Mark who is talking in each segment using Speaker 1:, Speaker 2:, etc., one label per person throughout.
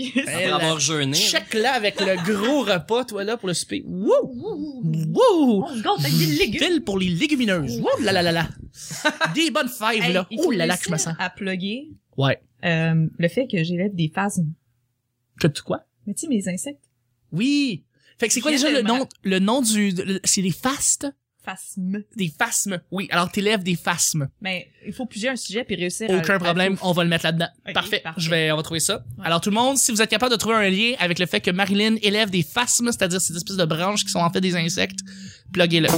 Speaker 1: Après
Speaker 2: Ben,
Speaker 1: avoir jeûné.
Speaker 2: Check là avec le gros repas, toi là, pour le souper. Wouh!
Speaker 3: On
Speaker 2: Wouh!
Speaker 3: se gâte Oh, avec des légumes.
Speaker 2: Pile pour les légumineuses. Wouh là là là là. Des bonnes fèves
Speaker 3: Hey,
Speaker 2: là.
Speaker 3: il
Speaker 2: Ouh
Speaker 3: faut
Speaker 2: là là que je
Speaker 3: réussir
Speaker 2: me sens.
Speaker 3: À plugger
Speaker 2: Ouais.
Speaker 3: euh, le fait que j'élève des phasmes.
Speaker 2: Que tu quoi?
Speaker 3: Mais tu sais, mes insectes,
Speaker 2: Oui. Fait que c'est quoi déjà le nom, le nom du, le- c'est les fastes?
Speaker 3: phasmes.
Speaker 2: Des phasmes. Oui. Alors t'élèves des phasmes.
Speaker 3: Mais il faut piger un sujet puis réussir à-
Speaker 2: Aucun
Speaker 3: à-
Speaker 2: problème, on va le mettre là-dedans.
Speaker 3: Euh, Ok,
Speaker 2: parfait.
Speaker 3: parfait.
Speaker 2: Je vais, on va trouver ça.
Speaker 3: Ouais.
Speaker 2: Alors tout le monde, si vous êtes capable de trouver un lien avec le fait que Marilyn élève des phasmes, c'est-à-dire ces espèces de branches qui sont en fait des insectes, pluguez-le.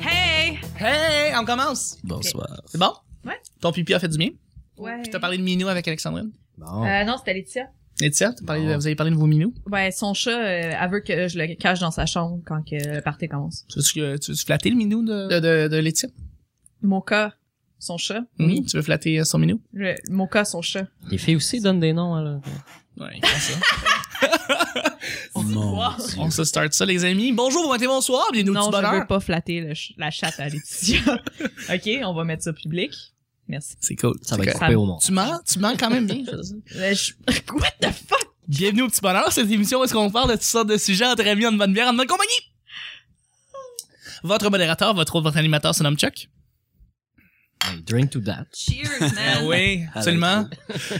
Speaker 3: Hey!
Speaker 2: Hey, on commence.
Speaker 1: Bonsoir.
Speaker 2: C'est bon?
Speaker 3: Ouais.
Speaker 2: Ton pipi a fait du bien?
Speaker 3: Ouais.
Speaker 2: Puis t'as parlé de minou avec Alexandrine.
Speaker 1: Bon.
Speaker 3: Euh, non, c'était Laetitia.
Speaker 2: Et tiens, t'as parlé,
Speaker 1: Bon.
Speaker 2: vous avez parlé de vos minous.
Speaker 3: Ouais, son chat, euh, elle veut que je le cache dans sa chambre quand que le party commence.
Speaker 2: Tu veux-tu, euh, tu veux-tu flatter le minou de, de, de, de Laetitia?
Speaker 3: Mon cas, son chat.
Speaker 2: Mhm. Tu veux flatter euh, son minou?
Speaker 3: Le, mon cas, son chat.
Speaker 4: Les filles aussi donnent des noms, là.
Speaker 2: Ouais, comme ça. Oh,
Speaker 4: Oh
Speaker 1: Mon
Speaker 3: Wow.
Speaker 1: Dieu.
Speaker 2: on se start ça, les amis. Bonjour, bon matin, bonsoir, bienvenue au
Speaker 3: non,
Speaker 2: petit
Speaker 3: je
Speaker 2: bonheur.
Speaker 3: veux pas flatter le ch- la chatte à Laetitia. OK, on va mettre ça public. Merci.
Speaker 2: C'est cool.
Speaker 1: Ça va
Speaker 2: C'est
Speaker 1: être
Speaker 2: cool.
Speaker 1: coupé au monde.
Speaker 2: Tu mens, tu mens quand même bien. je veux dire.
Speaker 3: Euh, je- What the fuck?
Speaker 2: bienvenue au petit bonheur, cette émission où est-ce qu'on parle de toutes sortes de sujets entre amis, en bonne bière, en bonne compagnie. Votre modérateur, votre autre, votre animateur se nomme Chuck.
Speaker 1: Hey, Drink to that.
Speaker 3: Cheers, man.
Speaker 2: Ah oui, absolument.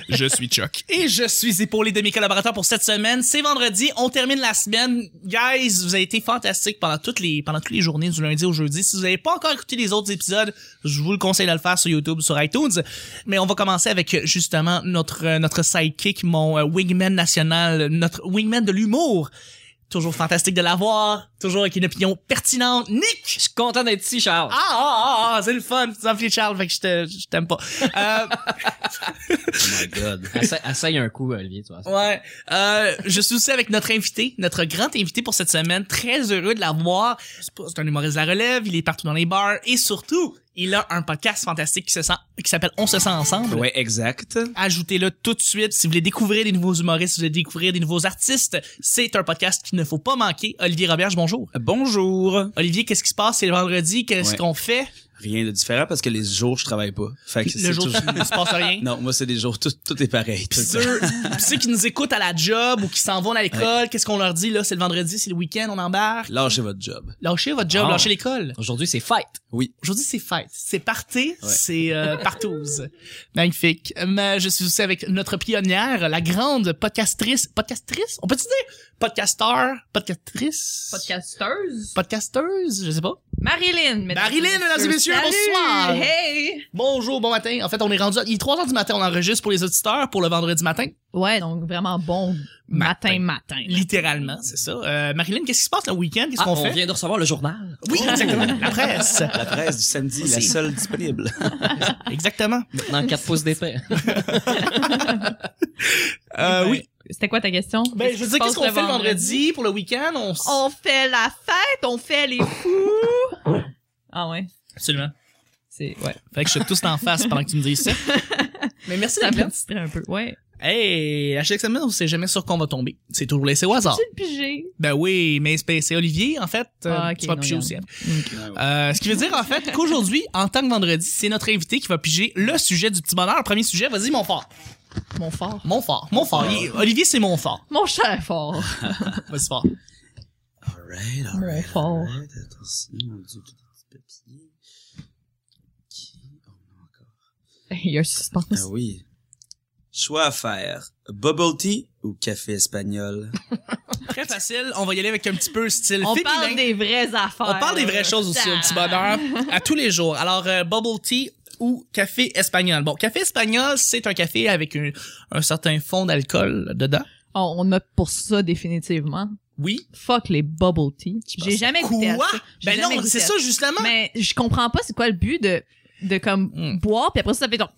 Speaker 2: je suis Chuck. Et je suis épaulé de mes collaborateurs pour cette semaine. C'est vendredi, on termine la semaine. Guys, vous avez été fantastiques pendant toutes les, pendant toutes les journées du lundi au jeudi. Si vous n'avez pas encore écouté les autres épisodes, je vous le conseille de le faire sur YouTube, sur iTunes. Mais on va commencer avec euh, justement notre, euh, notre sidekick, mon euh, wingman national, notre wingman de l'humour. Toujours fantastique de l'avoir, toujours avec une opinion pertinente. Nick!
Speaker 4: Je suis content d'être ici, Charles.
Speaker 2: Ah, ah, ah, ah, c'est le fun. Tu t'appelles Charles, fait que je te- je t'aime pas. Euh,
Speaker 1: Oh my god.
Speaker 4: Essaye, essaye un coup, Olivier, toi.
Speaker 2: ouais. Euh, je suis aussi avec notre invité, notre grand invité pour cette semaine. Très heureux de l'avoir. C'est pas- c'est un humoriste de la relève. Il est partout dans les bars. Et surtout, il a un podcast fantastique qui se sent, qui s'appelle On se sent ensemble.
Speaker 5: Ouais, exact.
Speaker 2: Ajoutez-le tout de suite si vous voulez découvrir des nouveaux humoristes, si vous voulez découvrir des nouveaux artistes. C'est un podcast qu'il ne faut pas manquer. Olivier Roberge, bonjour.
Speaker 5: Bonjour.
Speaker 2: Olivier, qu'est-ce qui se passe? C'est le vendredi. Qu'est-ce
Speaker 5: Ouais.
Speaker 2: qu'on fait?
Speaker 5: Rien de différent parce que les jours, je travaille pas. Fait que
Speaker 2: Le
Speaker 5: c'est
Speaker 2: jour,
Speaker 5: tout-
Speaker 2: il ne se passe rien.
Speaker 5: Non, moi, c'est des jours, tout, tout est pareil.
Speaker 2: Puis ceux, puis ceux qui nous écoutent à la job ou qui s'en vont à l'école, qu'est-ce qu'on leur dit là C'est le vendredi, c'est le week-end, on embarque.
Speaker 5: Lâchez votre job.
Speaker 2: Lâchez votre job,
Speaker 4: Ah.
Speaker 2: lâchez l'école.
Speaker 4: Aujourd'hui, c'est fight.
Speaker 2: Aujourd'hui, c'est fête, c'est party,
Speaker 5: Ouais.
Speaker 2: c'est euh, partouze. Magnifique. Mais je suis aussi avec notre pionnière, la grande podcastrice, podcastrice. On peut-tu dire podcasteur, podcastrice,
Speaker 3: Podcasteuse.
Speaker 2: podcasteuse, je sais pas.
Speaker 3: Marilyn, mesdames
Speaker 2: Marilyn,
Speaker 3: et
Speaker 2: mesdames et messieurs,
Speaker 3: Salut.
Speaker 2: bonsoir.
Speaker 3: Hey!
Speaker 2: Bonjour, bon matin. En fait, on est rendu, à- il est 3 heures du matin, on enregistre pour les auditeurs pour le vendredi matin.
Speaker 3: Ouais, donc vraiment bon matin, matin.
Speaker 2: Littéralement, c'est ça. Euh, Marilyn, qu'est-ce qui se passe le week-end? Qu'est-ce
Speaker 4: Ah,
Speaker 2: qu'on fait?
Speaker 4: vient de recevoir le journal.
Speaker 2: Oui, exactement. La presse.
Speaker 5: La presse du samedi, la seule disponible.
Speaker 2: Exactement.
Speaker 4: Dans 4 pouces d'épais.
Speaker 2: Euh,
Speaker 3: Ben,
Speaker 2: oui.
Speaker 3: C'était quoi ta question?
Speaker 2: Ben, je veux dire,
Speaker 3: qui
Speaker 2: qu'est-ce
Speaker 3: se
Speaker 2: qu'on
Speaker 3: passe
Speaker 2: fait le vendredi pour le week-end? On... s-
Speaker 3: On fait la fête, on fait les fous. ah ouais,
Speaker 2: Absolument.
Speaker 3: c'est ouais.
Speaker 2: Fait que je suis tous en face pendant que tu me dis ça. Mais merci
Speaker 3: Ça
Speaker 2: d'être
Speaker 3: me
Speaker 2: là.
Speaker 3: distrait un peu. Ouais.
Speaker 2: Hey, à chaque semaine, on sait jamais sur quoi on va tomber. C'est toujours laissé au hasard.
Speaker 3: J'ai le pigé.
Speaker 2: Ben oui, mais c'est c'est Olivier, en fait. Euh,
Speaker 3: Ah, ok,
Speaker 2: tu vas
Speaker 3: non,
Speaker 2: piger
Speaker 3: regarde.
Speaker 2: aussi. hein. Euh, ce qui veut dire, en fait, qu'aujourd'hui, en tant que vendredi, c'est notre invité qui va piger le sujet du petit bonheur. Premier sujet, vas-y, mon fort.
Speaker 3: Mon fort.
Speaker 2: Mon fort. Mon fort. Il- Olivier, c'est mon fort.
Speaker 3: Mon cher fort.
Speaker 2: Vas-y, fort.
Speaker 5: Alright, alright.
Speaker 3: Mon fort.
Speaker 5: alright. Attention, mon Dieu, tout est petit papier. Qui on a encore?
Speaker 3: Il y a un suspense.
Speaker 5: Ah oui. Choix à faire. Bubble tea ou café espagnol?
Speaker 2: Très facile. On va y aller avec un petit peu style
Speaker 3: on
Speaker 2: féminin.
Speaker 3: parle des vraies affaires.
Speaker 2: On parle des vraies choses aussi, un petit bonheur, à tous les jours. Alors, euh, bubble tea ou café espagnol. Bon, café espagnol, c'est un café avec un, un certain fond d'alcool dedans.
Speaker 3: On, on a pour ça définitivement.
Speaker 2: Oui.
Speaker 3: Fuck les bubble tea. J'ai jamais goûté à
Speaker 2: Quoi?
Speaker 3: ça. J'ai
Speaker 2: Ben
Speaker 3: jamais
Speaker 2: non,
Speaker 3: goûté
Speaker 2: c'est
Speaker 3: à
Speaker 2: ça justement.
Speaker 3: Mais je comprends pas c'est quoi le but de de comme
Speaker 2: Mm.
Speaker 3: boire puis après ça ça fait genre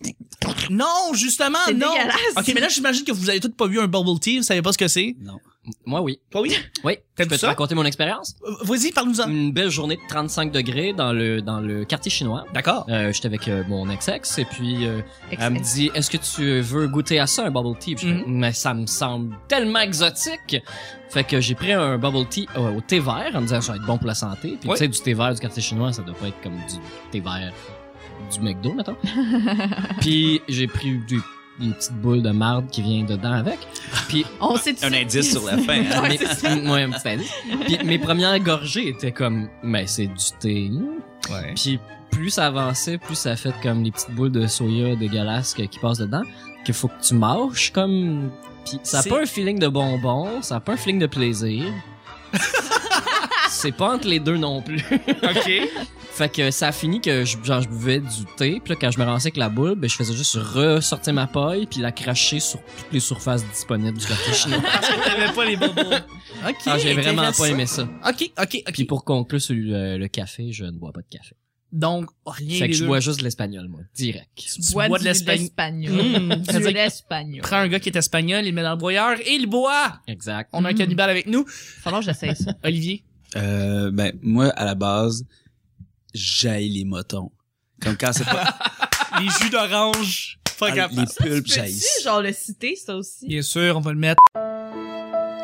Speaker 2: Non, justement,
Speaker 3: C'est
Speaker 2: Ah, non.
Speaker 3: dégueulasse.
Speaker 2: Ok, mais là j'imagine que vous avez tous pas vu un bubble tea, vous savez pas ce que c'est.
Speaker 5: Non.
Speaker 4: Moi, oui.
Speaker 2: Toi, oui?
Speaker 4: Oui. Je
Speaker 2: T'aimes
Speaker 4: peux te
Speaker 2: ça?
Speaker 4: raconter mon expérience?
Speaker 2: Euh, Vas-y, parle-nous-en.
Speaker 4: Une belle journée de 35 degrés dans le, dans le quartier chinois.
Speaker 2: D'accord.
Speaker 4: Euh, j'étais avec euh, mon ex-ex et puis euh,
Speaker 2: um,
Speaker 4: elle me
Speaker 3: Excellent.
Speaker 4: dit est-ce que tu veux goûter à ça un bubble tea Puis je
Speaker 3: Mhm.
Speaker 4: fais, mais ça me semble tellement exotique fait que j'ai pris un bubble tea euh, au thé vert en me disant ça va être bon pour la santé puis
Speaker 2: Oui.
Speaker 4: tu sais du thé vert du quartier chinois ça doit pas être comme du thé vert du McDo mettons puis j'ai pris du- une petite boule de marde qui vient dedans avec puis
Speaker 3: On sait tout
Speaker 5: Un
Speaker 3: de suite
Speaker 5: indice
Speaker 3: qui
Speaker 5: sur la
Speaker 3: c'est.
Speaker 5: fin, hein?
Speaker 3: Ouais,
Speaker 4: mes,
Speaker 3: c'est ça.
Speaker 4: ouais, un petit indice. Puis mes premières gorgées étaient comme mais c'est du thé
Speaker 2: Ouais.
Speaker 4: puis plus ça avançait, plus ça a fait comme les petites boules de soya dégueulasses que- qui passent dedans, qu'il faut que tu mâches comme. Puis ça a
Speaker 2: C'est-
Speaker 4: pas un feeling de bonbon, ça a pas un feeling de plaisir. C'est pas entre les deux non plus.
Speaker 2: OK.
Speaker 4: Fait que ça a fini que je, genre, je buvais du thé, puis là, quand je me renseignais avec la boule, ben, je faisais juste ressortir ma paille puis la cracher sur toutes les surfaces disponibles du quartier chinois.
Speaker 2: T'avais pas les bobos. OK.
Speaker 4: Ah, J'ai vraiment pas
Speaker 2: intéressant.
Speaker 4: aimé ça.
Speaker 2: OK, OK, OK.
Speaker 4: Puis pour conclure sur le, le café, je ne bois pas de café.
Speaker 2: Donc, oh, rien
Speaker 4: Fait
Speaker 2: des
Speaker 4: que je
Speaker 2: deux.
Speaker 4: bois juste de l'espagnol, moi, direct.
Speaker 2: Tu
Speaker 3: Bois
Speaker 2: bois
Speaker 3: du
Speaker 2: de l'espagnol.
Speaker 3: l'espagnol.
Speaker 2: Mmh.
Speaker 3: Du
Speaker 2: C'est-à-dire,
Speaker 3: l'espagnol.
Speaker 2: prends un gars qui est espagnol, il le met dans le broyeur et il boit.
Speaker 4: Exact.
Speaker 2: On a un
Speaker 3: Mm.
Speaker 2: cannibale avec nous.
Speaker 3: Falloir que j'essaye ça.
Speaker 2: Olivier.
Speaker 5: Euh, ben, moi, à la base, j'haïs les motons. Comme quand c'est pas
Speaker 2: Les jus d'orange. Fuck
Speaker 5: Ah,
Speaker 2: up.
Speaker 5: les pulpes, j'haïs.
Speaker 3: Peux-tu, genre, le citer, ça aussi?
Speaker 2: Bien sûr, on va le mettre.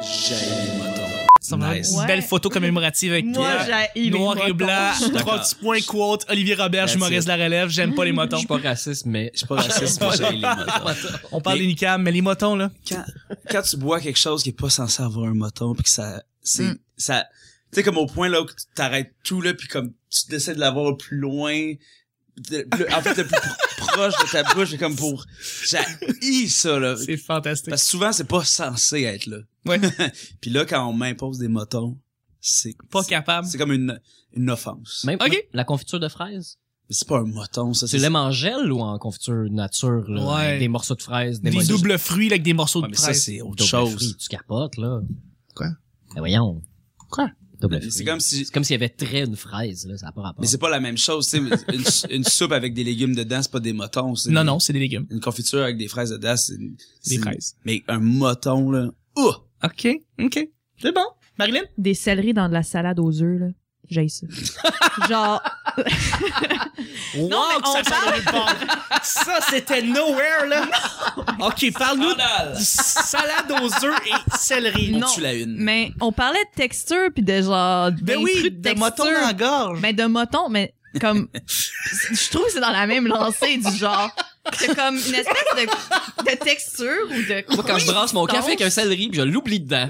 Speaker 5: J'haïs les motons.
Speaker 2: Ça va
Speaker 5: Nice.
Speaker 2: être Une
Speaker 3: Ouais.
Speaker 2: belle photo commémorative avec
Speaker 3: Moi,
Speaker 2: toi.
Speaker 3: j'ai les
Speaker 2: Noir et
Speaker 3: motons.
Speaker 2: blanc. Trois
Speaker 5: d'accord.
Speaker 2: petits points quote. Olivier Robert,
Speaker 5: That's
Speaker 2: humoriste de la relève. J'aime pas les
Speaker 4: Je
Speaker 2: motons.
Speaker 4: suis pas raciste, mais
Speaker 5: Je suis pas raciste, mais j'haïs les
Speaker 2: Ah,
Speaker 5: motons.
Speaker 2: On parle
Speaker 5: Mais-
Speaker 2: des nicams, mais les motons, là.
Speaker 5: Quand, quand tu bois quelque chose qui est pas censé avoir un moton, puis que ça... c'est
Speaker 3: Mm.
Speaker 5: ça Tu sais, comme au point là où tu t'arrêtes tout, là, puis comme tu décides de l'avoir le plus loin... de- le- en fait, le plus pro- proche de ta bouche, mais comme pour... J'haïs ça, là.
Speaker 2: C'est fantastique.
Speaker 5: Parce que souvent, c'est pas censé être là.
Speaker 2: Ouais.
Speaker 5: Puis là, quand on m'impose des motons, c'est
Speaker 2: Pas capable.
Speaker 5: c'est comme une, une offense.
Speaker 4: Même
Speaker 2: Ok.
Speaker 4: la confiture de fraises.
Speaker 5: Mais C'est pas un moton, ça.
Speaker 4: Tu
Speaker 5: c'est-
Speaker 4: l'aimes en gel ou en confiture nature, là,
Speaker 2: Ouais.
Speaker 4: avec des morceaux de fraises, des,
Speaker 2: Des
Speaker 4: morceaux
Speaker 2: doubles fruits là, avec des morceaux
Speaker 5: Ouais,
Speaker 2: de
Speaker 5: mais ça,
Speaker 2: presse.
Speaker 5: c'est autre
Speaker 4: double
Speaker 5: chose.
Speaker 4: fruits, tu capotes, là.
Speaker 5: Quoi?
Speaker 4: Ben voyons.
Speaker 5: Quoi?
Speaker 4: Double
Speaker 5: Mais C'est
Speaker 4: fruit.
Speaker 5: comme si...
Speaker 4: C'est comme s'il y avait très une fraise, là, ça n'a pas rapport.
Speaker 5: Mais c'est pas la même chose, tu sais. Une, une soupe avec des légumes dedans, c'est pas des motons. c'est
Speaker 2: Non,
Speaker 5: des-
Speaker 2: non, c'est des légumes.
Speaker 5: Une confiture avec des fraises dedans, c'est... Des
Speaker 2: Des fraises.
Speaker 5: Mais un moton, là... Ouh!
Speaker 2: OK, OK. C'est bon. Marilyn?
Speaker 3: Des céleris dans de la salade aux œufs, là. J'ai ça. genre,
Speaker 2: Non,
Speaker 3: mais
Speaker 2: que ça
Speaker 3: on
Speaker 2: sort de nulle part. Ça, c'était nowhere, là. OK, parle-nous de salade aux œufs et céleri.
Speaker 3: Non.
Speaker 5: Tu l'as une.
Speaker 3: mais on parlait de texture puis de genre.
Speaker 2: Ben
Speaker 3: des
Speaker 2: oui,
Speaker 3: trucs de
Speaker 2: de moton
Speaker 3: texture.
Speaker 2: dans la gorge.
Speaker 3: Mais de moton, mais comme. je trouve que c'est dans la même lancée du genre. C'est comme une espèce de, de texture ou de.
Speaker 4: Moi, quand je brasse
Speaker 3: consistance.
Speaker 4: mon café avec un céleri, puis je l'oublie dedans.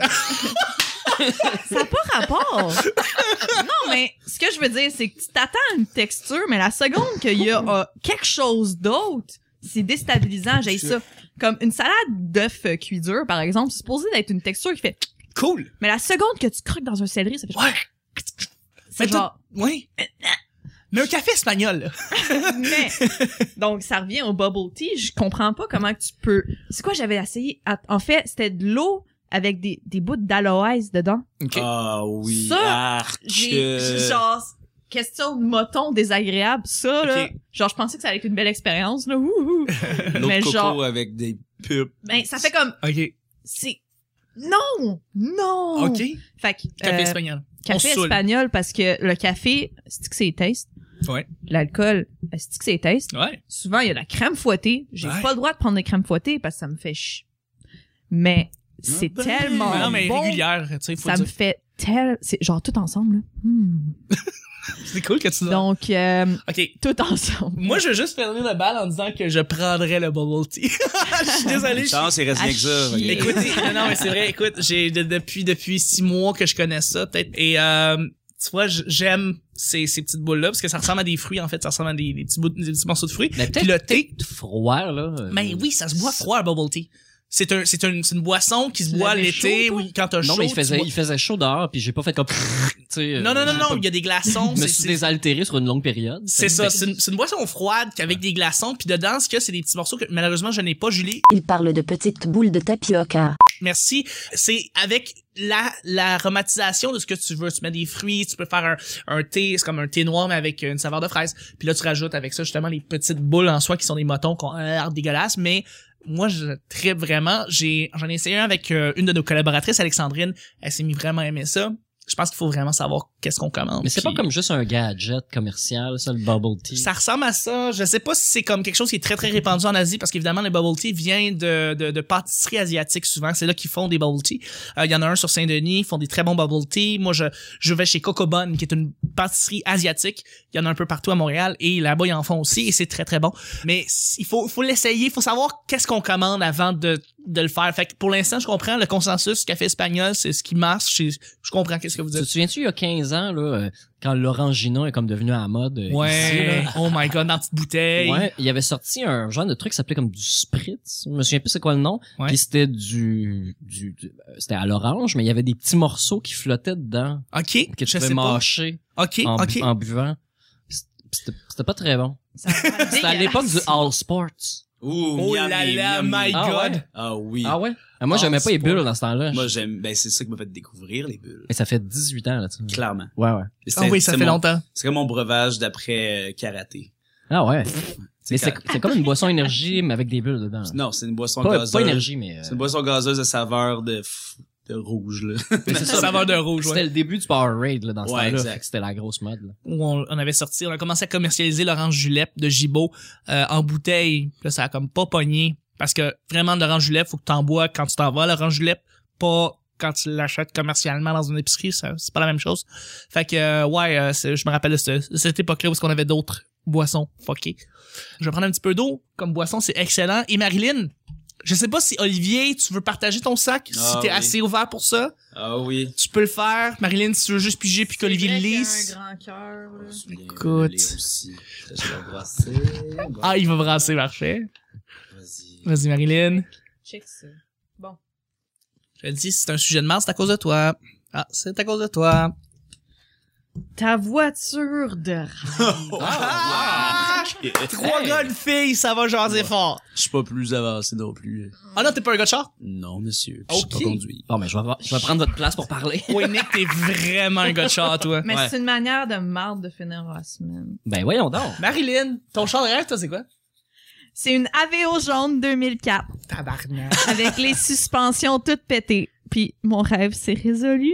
Speaker 3: Ça n'a pas rapport. non, mais ce que je veux dire, c'est que tu t'attends à une texture, mais la seconde qu'il y a euh, quelque chose d'autre, c'est déstabilisant. J'ai ça. Comme une salade d'œufs euh, cuit dur, par exemple, c'est supposé d'être une texture qui fait.
Speaker 2: Cool.
Speaker 3: Mais la seconde que tu croques dans un céleri, ça fait.
Speaker 2: Ouais.
Speaker 3: C'est
Speaker 2: Mais
Speaker 3: genre.
Speaker 2: Oui. Mais un café espagnol, là.
Speaker 3: Mais donc ça revient au bubble tea. Je comprends pas comment que tu peux. C'est quoi j'avais essayé à- En fait, c'était de l'eau avec des, des bouts d'aloès dedans.
Speaker 2: OK.
Speaker 5: Ah oui,
Speaker 3: Ça,
Speaker 5: arc!
Speaker 3: J'ai genre question de moton désagréable. Ça là,
Speaker 2: Ok.
Speaker 3: genre je pensais que ça allait être une belle expérience là. Wouhou.
Speaker 5: L'eau de
Speaker 3: mais
Speaker 5: coco
Speaker 3: genre-
Speaker 5: avec des pulpes.
Speaker 3: ben ça fait comme
Speaker 2: Ah, OK.
Speaker 3: c'est non non.
Speaker 2: OK.
Speaker 3: Fait que
Speaker 2: Café
Speaker 3: euh,
Speaker 2: espagnol.
Speaker 3: café
Speaker 2: On se saoule.
Speaker 3: espagnol parce que le café c'est que c'est taste.
Speaker 2: Ouais.
Speaker 3: L'alcool c'est que c'est taste.
Speaker 2: Ouais.
Speaker 3: souvent il y a de la crème fouettée. J'ai
Speaker 2: Ouais.
Speaker 3: pas le droit de prendre de crème fouettée parce que ça me fait ch... Mais c'est
Speaker 5: ben,
Speaker 3: tellement
Speaker 2: Ah non, mais
Speaker 3: bon.
Speaker 2: régulière, tu sais, faut
Speaker 3: ça me
Speaker 2: dire.
Speaker 3: fait tel c'est genre tout ensemble là. Hmm.
Speaker 2: C'est cool que tu l'as.
Speaker 3: Donc euh,
Speaker 2: OK.
Speaker 3: tout ensemble.
Speaker 2: Moi, je veux juste fermer la balle en disant que je prendrais le bubble tea. Je suis désolé. je suis-
Speaker 5: Chance, il reste
Speaker 3: à
Speaker 5: rien que ça.
Speaker 3: chier.
Speaker 5: regarde.
Speaker 2: Écoute, non, non, mais c'est vrai. Écoute, j'ai de- depuis depuis six mois que je connais ça, peut-être. Et euh, tu vois, j- j'aime ces, ces petites boules là parce que ça ressemble à des fruits en fait, ça ressemble à des, des petits bouts, des petits morceaux de fruits.
Speaker 4: Mais
Speaker 2: Puis
Speaker 4: peut-être
Speaker 2: le thé,
Speaker 4: froid, là. euh,
Speaker 2: mais Ben oui, ça se boit froid, le bubble tea. C'est un, c'est une, c'est une boisson qui se
Speaker 3: Tu
Speaker 2: boit
Speaker 3: l'avais
Speaker 2: l'été
Speaker 3: chaud, toi?
Speaker 2: ou quand t'as chaud.
Speaker 4: Non, mais il
Speaker 2: tu
Speaker 4: faisait,
Speaker 2: bois-
Speaker 4: il faisait chaud dehors, puis j'ai pas fait comme. tu sais, euh,
Speaker 2: Non, non, non,
Speaker 4: j'ai
Speaker 2: non,
Speaker 4: pas-
Speaker 2: il y a des glaçons.
Speaker 4: Je me
Speaker 2: c'est-
Speaker 4: suis
Speaker 2: c'est-
Speaker 4: désaltéré sur une longue période.
Speaker 2: C'est ça, c'est une, c'est une boisson froide qu'avec des glaçons, puis dedans, ce que c'est des petits morceaux que malheureusement je n'ai pas, Julie.
Speaker 6: Il parle de petites boules de tapioca.
Speaker 2: Merci. C'est avec la l'aromatisation de ce que tu veux. Tu mets des fruits, tu peux faire un, un thé, c'est comme un thé noir mais avec une saveur de fraise. Puis là tu rajoutes avec ça justement les petites boules en soi qui sont des motons qui ont un air euh, dégueulasse, mais moi, je tripe vraiment. J'ai, j'en ai essayé un avec euh, une de nos collaboratrices, Alexandrine. Elle s'est mis vraiment à aimer ça. Je pense qu'il faut vraiment savoir qu'est-ce qu'on commande.
Speaker 4: Mais c'est
Speaker 2: puis-
Speaker 4: pas comme juste un gadget commercial, ça, le bubble tea.
Speaker 2: ça ressemble à ça. Je sais pas si c'est comme quelque chose qui est très très répandu en Asie parce qu'évidemment le bubble tea vient de, de, de pâtisseries asiatiques souvent. C'est là qu'ils font des bubble tea. Euh, Il y en a un sur Saint-Denis, ils font des très bons bubble tea. Moi je je vais chez Cocobon qui est une pâtisserie asiatique. Il y en a un peu partout à Montréal et là-bas ils en font aussi et c'est très très bon. Mais s- il faut faut l'essayer, il faut savoir qu'est-ce qu'on commande avant de de le faire. Fait que pour l'instant, je comprends le consensus café espagnol, c'est ce qui marche, c'est- je comprends qu'est-ce que vous
Speaker 4: Tu te
Speaker 2: dites.
Speaker 4: souviens-tu, il y a 15 ans, là, euh, quand l'orangina est comme devenu à la mode euh, ici, là?
Speaker 2: Ouais. oh my god, dans la petite bouteille.
Speaker 4: Ouais, il avait sorti un genre de truc qui s'appelait comme du spritz. Je me souviens plus c'est quoi le nom.
Speaker 2: Ouais.
Speaker 4: Puis c'était du, du, du- euh, c'était à l'orange, mais il y avait des petits morceaux qui flottaient dedans
Speaker 2: OK,
Speaker 4: que tu
Speaker 2: je
Speaker 4: pouvais
Speaker 2: sais pas.
Speaker 4: mâcher
Speaker 2: OK,
Speaker 4: en, bu-
Speaker 2: OK.
Speaker 4: en buvant. Puis C'était c'était pas très bon.
Speaker 3: Ça va faire
Speaker 4: C'était à l'époque du
Speaker 3: dégueulasse.
Speaker 4: All Sports.
Speaker 5: Ouh,
Speaker 2: Oh
Speaker 5: miam,
Speaker 2: là
Speaker 5: miam,
Speaker 2: là,
Speaker 5: miam,
Speaker 2: my
Speaker 5: miam.
Speaker 4: Ah
Speaker 2: god.
Speaker 4: ouais?
Speaker 5: Ah oui.
Speaker 4: Ah ouais? Ah, moi,
Speaker 5: All
Speaker 4: j'aimais pas les
Speaker 5: Sports.
Speaker 4: bulles dans ce temps-là.
Speaker 5: Moi, j'aime, ben, c'est ça qui m'a fait découvrir les bulles.
Speaker 4: Mais ça fait 18 ans, là, tu sais.
Speaker 5: Clairement.
Speaker 4: Ouais, ouais.
Speaker 2: Ah
Speaker 5: C'est-
Speaker 2: oui, ça
Speaker 5: c'est
Speaker 2: fait
Speaker 5: mon-
Speaker 2: longtemps.
Speaker 5: C'est comme mon breuvage d'après euh, karaté.
Speaker 4: Ah ouais. Mais c'est
Speaker 5: quand-
Speaker 4: c'est comme une boisson énergie, mais avec des bulles dedans. là.
Speaker 5: Non, c'est une boisson
Speaker 4: Pas,
Speaker 5: gazeuse.
Speaker 4: pas énergie, mais... euh,
Speaker 5: C'est une boisson gazeuse à saveur de, f- de rouge, là.
Speaker 4: mais c'est ça.
Speaker 2: Saveur de rouge,
Speaker 4: C'était
Speaker 2: ouais.
Speaker 4: le début du Powerade, là, dans ce
Speaker 5: Ouais,
Speaker 4: temps-là.
Speaker 5: exact.
Speaker 4: Fait que C'était la grosse mode, là.
Speaker 2: Où on, on avait sorti, on a commencé à commercialiser l'orange julep de Gibo euh, en bouteille. Là, ça a comme pas pogné. Parce que vraiment, de l'orange julep, faut que t'en bois quand tu t'en vas. L'orange julep, pas quand tu l'achètes commercialement dans une épicerie. ça- C'est pas la même chose. Fait que, euh, ouais, euh, c'est- je me rappelle de ce- cette époque-là où est-ce qu'on avait d'autres boissons fuckées. Je vais prendre un petit peu d'eau comme boisson, c'est excellent. Et Marilyn, je sais pas si Olivier, tu veux partager ton sac, si
Speaker 5: Ah
Speaker 2: t'es
Speaker 5: oui.
Speaker 2: assez ouvert pour ça.
Speaker 5: Ah oui.
Speaker 2: Tu peux le faire. Marilyn, si tu veux juste piger puis qu'Olivier le lise.
Speaker 3: grand cœur. là.
Speaker 2: Écoute. Ah, il va brasser, marché. Vas-y, Marilyn.
Speaker 3: Check ça. Bon.
Speaker 2: Je te dis, c'est un sujet de masse, c'est à cause de toi. Ah, c'est à cause de toi.
Speaker 3: Ta voiture de rêve.
Speaker 2: Ah! Trois
Speaker 4: Hey!
Speaker 2: gars, une fille, ça va jaser
Speaker 5: Ouais.
Speaker 2: fort.
Speaker 5: Je suis pas plus avancé non plus.
Speaker 2: Ah non, t'es pas un gars de char?
Speaker 5: Non, monsieur. Puis Je sais
Speaker 2: Ok.
Speaker 5: pas conduire.
Speaker 4: Bon, mais je vais, avoir- je vais prendre votre place pour parler.
Speaker 2: Oui, Nick, t'es vraiment un gars de char, toi.
Speaker 3: Mais
Speaker 5: Ouais.
Speaker 3: c'est une manière de marde de finir la semaine.
Speaker 4: Ben, voyons donc.
Speaker 2: Marilyn, ton char de rêve, toi, c'est quoi?
Speaker 3: C'est une AVO jaune 2004
Speaker 2: Tabarnak.
Speaker 3: avec les suspensions toutes pétées. Puis mon rêve s'est résolu.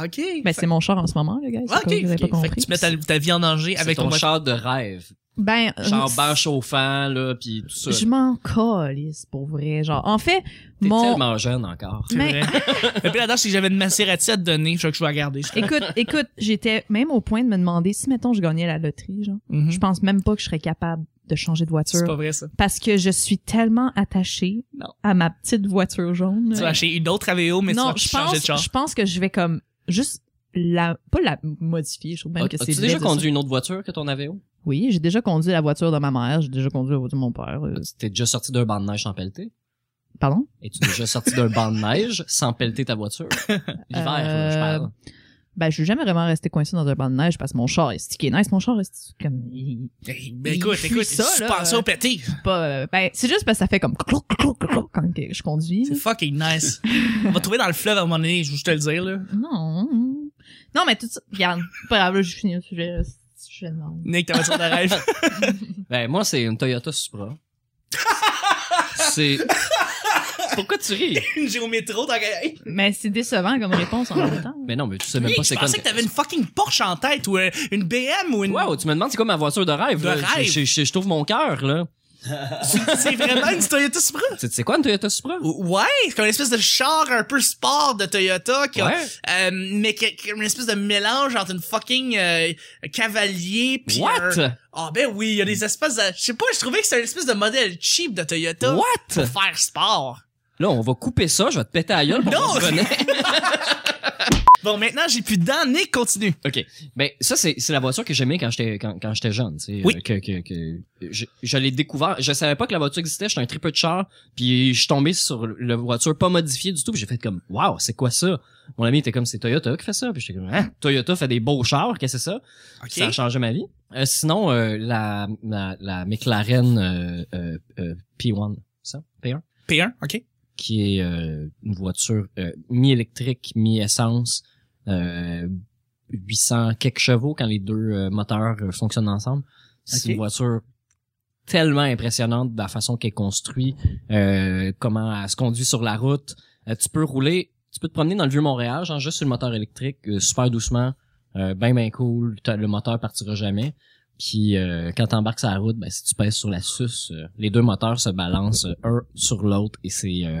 Speaker 2: OK.
Speaker 3: Ben, c'est mon char en ce moment, le gars.
Speaker 2: Ah, OK.
Speaker 3: vous avez
Speaker 2: ok.
Speaker 3: pas
Speaker 2: Fait que
Speaker 3: compris.
Speaker 2: tu mets ta, ta vie en danger
Speaker 4: Avec
Speaker 2: avec
Speaker 4: ton,
Speaker 2: ton, voiture.
Speaker 4: char de rêve.
Speaker 3: Ben, euh,
Speaker 4: Genre bain chauffant, là, pis tout ça.
Speaker 3: je m'en calisse, pour vrai. Genre, en fait,
Speaker 4: T'es
Speaker 3: mon...
Speaker 4: tellement jeune encore.
Speaker 2: C'est
Speaker 3: Mais-
Speaker 2: vrai. Et puis là-dedans, si j'avais une Maserati à te donner, je crois que je vais la garder. je crois.
Speaker 3: Écoute, écoute, j'étais même au point de me demander si, mettons, je gagnais la loterie, genre,
Speaker 2: Mhm.
Speaker 3: je pense même pas que je serais capable de changer de
Speaker 2: C'est pas
Speaker 3: voiture
Speaker 2: vrai, ça.
Speaker 3: parce que je suis tellement attachée
Speaker 2: Non.
Speaker 3: à ma petite voiture jaune.
Speaker 2: Tu vas acheter une autre AVO, mais
Speaker 3: non,
Speaker 2: tu
Speaker 3: je
Speaker 2: vas changer
Speaker 3: pense,
Speaker 2: de char.
Speaker 3: je pense que je vais comme juste la, pas la modifier, je trouve même
Speaker 2: Ah,
Speaker 4: As-
Speaker 3: que
Speaker 4: As-tu
Speaker 3: c'est laid
Speaker 4: déjà
Speaker 3: de ça.
Speaker 4: conduit une autre voiture que ton AVO?
Speaker 3: Oui, j'ai déjà conduit la voiture de ma mère, j'ai déjà conduit la voiture de mon père. euh,
Speaker 4: T'es déjà sorti d'un banc de neige sans pelleter?
Speaker 3: pardon?
Speaker 4: Es-tu déjà sorti d'un banc de neige sans pelleter ta voiture? L'hiver, là, je parle.
Speaker 3: Ben, je suis jamais vraiment resté coincé dans un banc de neige parce que mon char est stické nice, mon char est stické comme, il-
Speaker 2: Hey, ben
Speaker 3: Il
Speaker 2: écoute,
Speaker 3: fuit
Speaker 2: écoute,
Speaker 3: ça, là.
Speaker 2: suspension pétée.
Speaker 3: pas, euh, ben, c'est juste parce que ça fait comme clou, clou, clou, clou quand que je conduis. là.
Speaker 2: C'est fucking nice. On va trouver dans le fleuve à un moment donné, je vais juste te le dire, là.
Speaker 3: Non. Non, mais tout ça. Regarde, pas grave, là, je finis le sujet. là, c'est un sujet de merde.
Speaker 2: Nick, ta voiture de rêve.
Speaker 4: Ben, moi, c'est une Toyota Supra. c'est... Pourquoi tu ris?
Speaker 2: une géométro, t'as gagné.
Speaker 3: Mais c'est décevant comme réponse en même temps.
Speaker 4: Mais non, mais tu sais même
Speaker 2: Nick,
Speaker 4: pas
Speaker 2: je
Speaker 4: c'est
Speaker 2: pensais
Speaker 4: quoi...
Speaker 2: que t'avais une fucking Porsche en tête ou euh, une BM ou une...
Speaker 4: Wow, tu me demandes c'est quoi ma voiture de rêve?
Speaker 2: De
Speaker 4: là?
Speaker 2: rêve?
Speaker 4: Je, je- je- je trouve mon cœur, là.
Speaker 2: C'est vraiment une Toyota Supra.
Speaker 4: C'est c'est quoi une Toyota Supra?
Speaker 2: Ouais, c'est comme une espèce de char un peu sport de Toyota, qui a-
Speaker 4: Ouais.
Speaker 2: euh, mais qui a- qui a une espèce de mélange entre une fucking euh, cavalier pis
Speaker 4: What?
Speaker 2: un- Ah ben oui, il y a des espèces de... Je sais pas, je trouvais que c'est une espèce de modèle cheap de Toyota.
Speaker 4: What?
Speaker 2: Pour faire sport.
Speaker 4: Là, on va couper ça, je vais te péter à gueule pour
Speaker 2: Non!
Speaker 4: voir si tu connais.
Speaker 2: Bon, maintenant, j'ai plus de dents. Nick, continue.
Speaker 4: OK. Ben ça c'est c'est la voiture que j'aimais quand j'étais quand, quand j'étais jeune, tu sais
Speaker 2: Oui.
Speaker 4: euh, que que que je, je l'ai découvert, je savais pas que la voiture existait, j'étais un tripeux de char, puis je suis tombé sur la voiture pas modifiée du tout, puis j'ai fait comme waouh, c'est quoi ça Mon ami était comme c'est Toyota qui fait ça, puis j'étais comme hein, Toyota fait des beaux chars, qu'est-ce que c'est ça
Speaker 2: OK.
Speaker 4: Ça a changé ma vie. Euh, sinon euh, la, la la McLaren euh, euh, euh, P1, ça P1
Speaker 2: P1, OK.
Speaker 4: qui est euh, une voiture euh, mi-électrique, mi-essence, euh, 800 quelques chevaux quand les deux euh, moteurs euh, fonctionnent ensemble. C'est
Speaker 2: Ok.
Speaker 4: une voiture tellement impressionnante de la façon qu'elle est construite, euh, comment elle se conduit sur la route. Euh, tu peux rouler, tu peux te promener dans le vieux Montréal, genre juste sur le moteur électrique, euh, super doucement, euh, ben ben cool, t'as- le moteur partira jamais. Puis euh, quand t'embarques sur la route, ben, si tu pèses sur la suce, euh, les deux moteurs se balancent euh, un sur l'autre et c'est euh,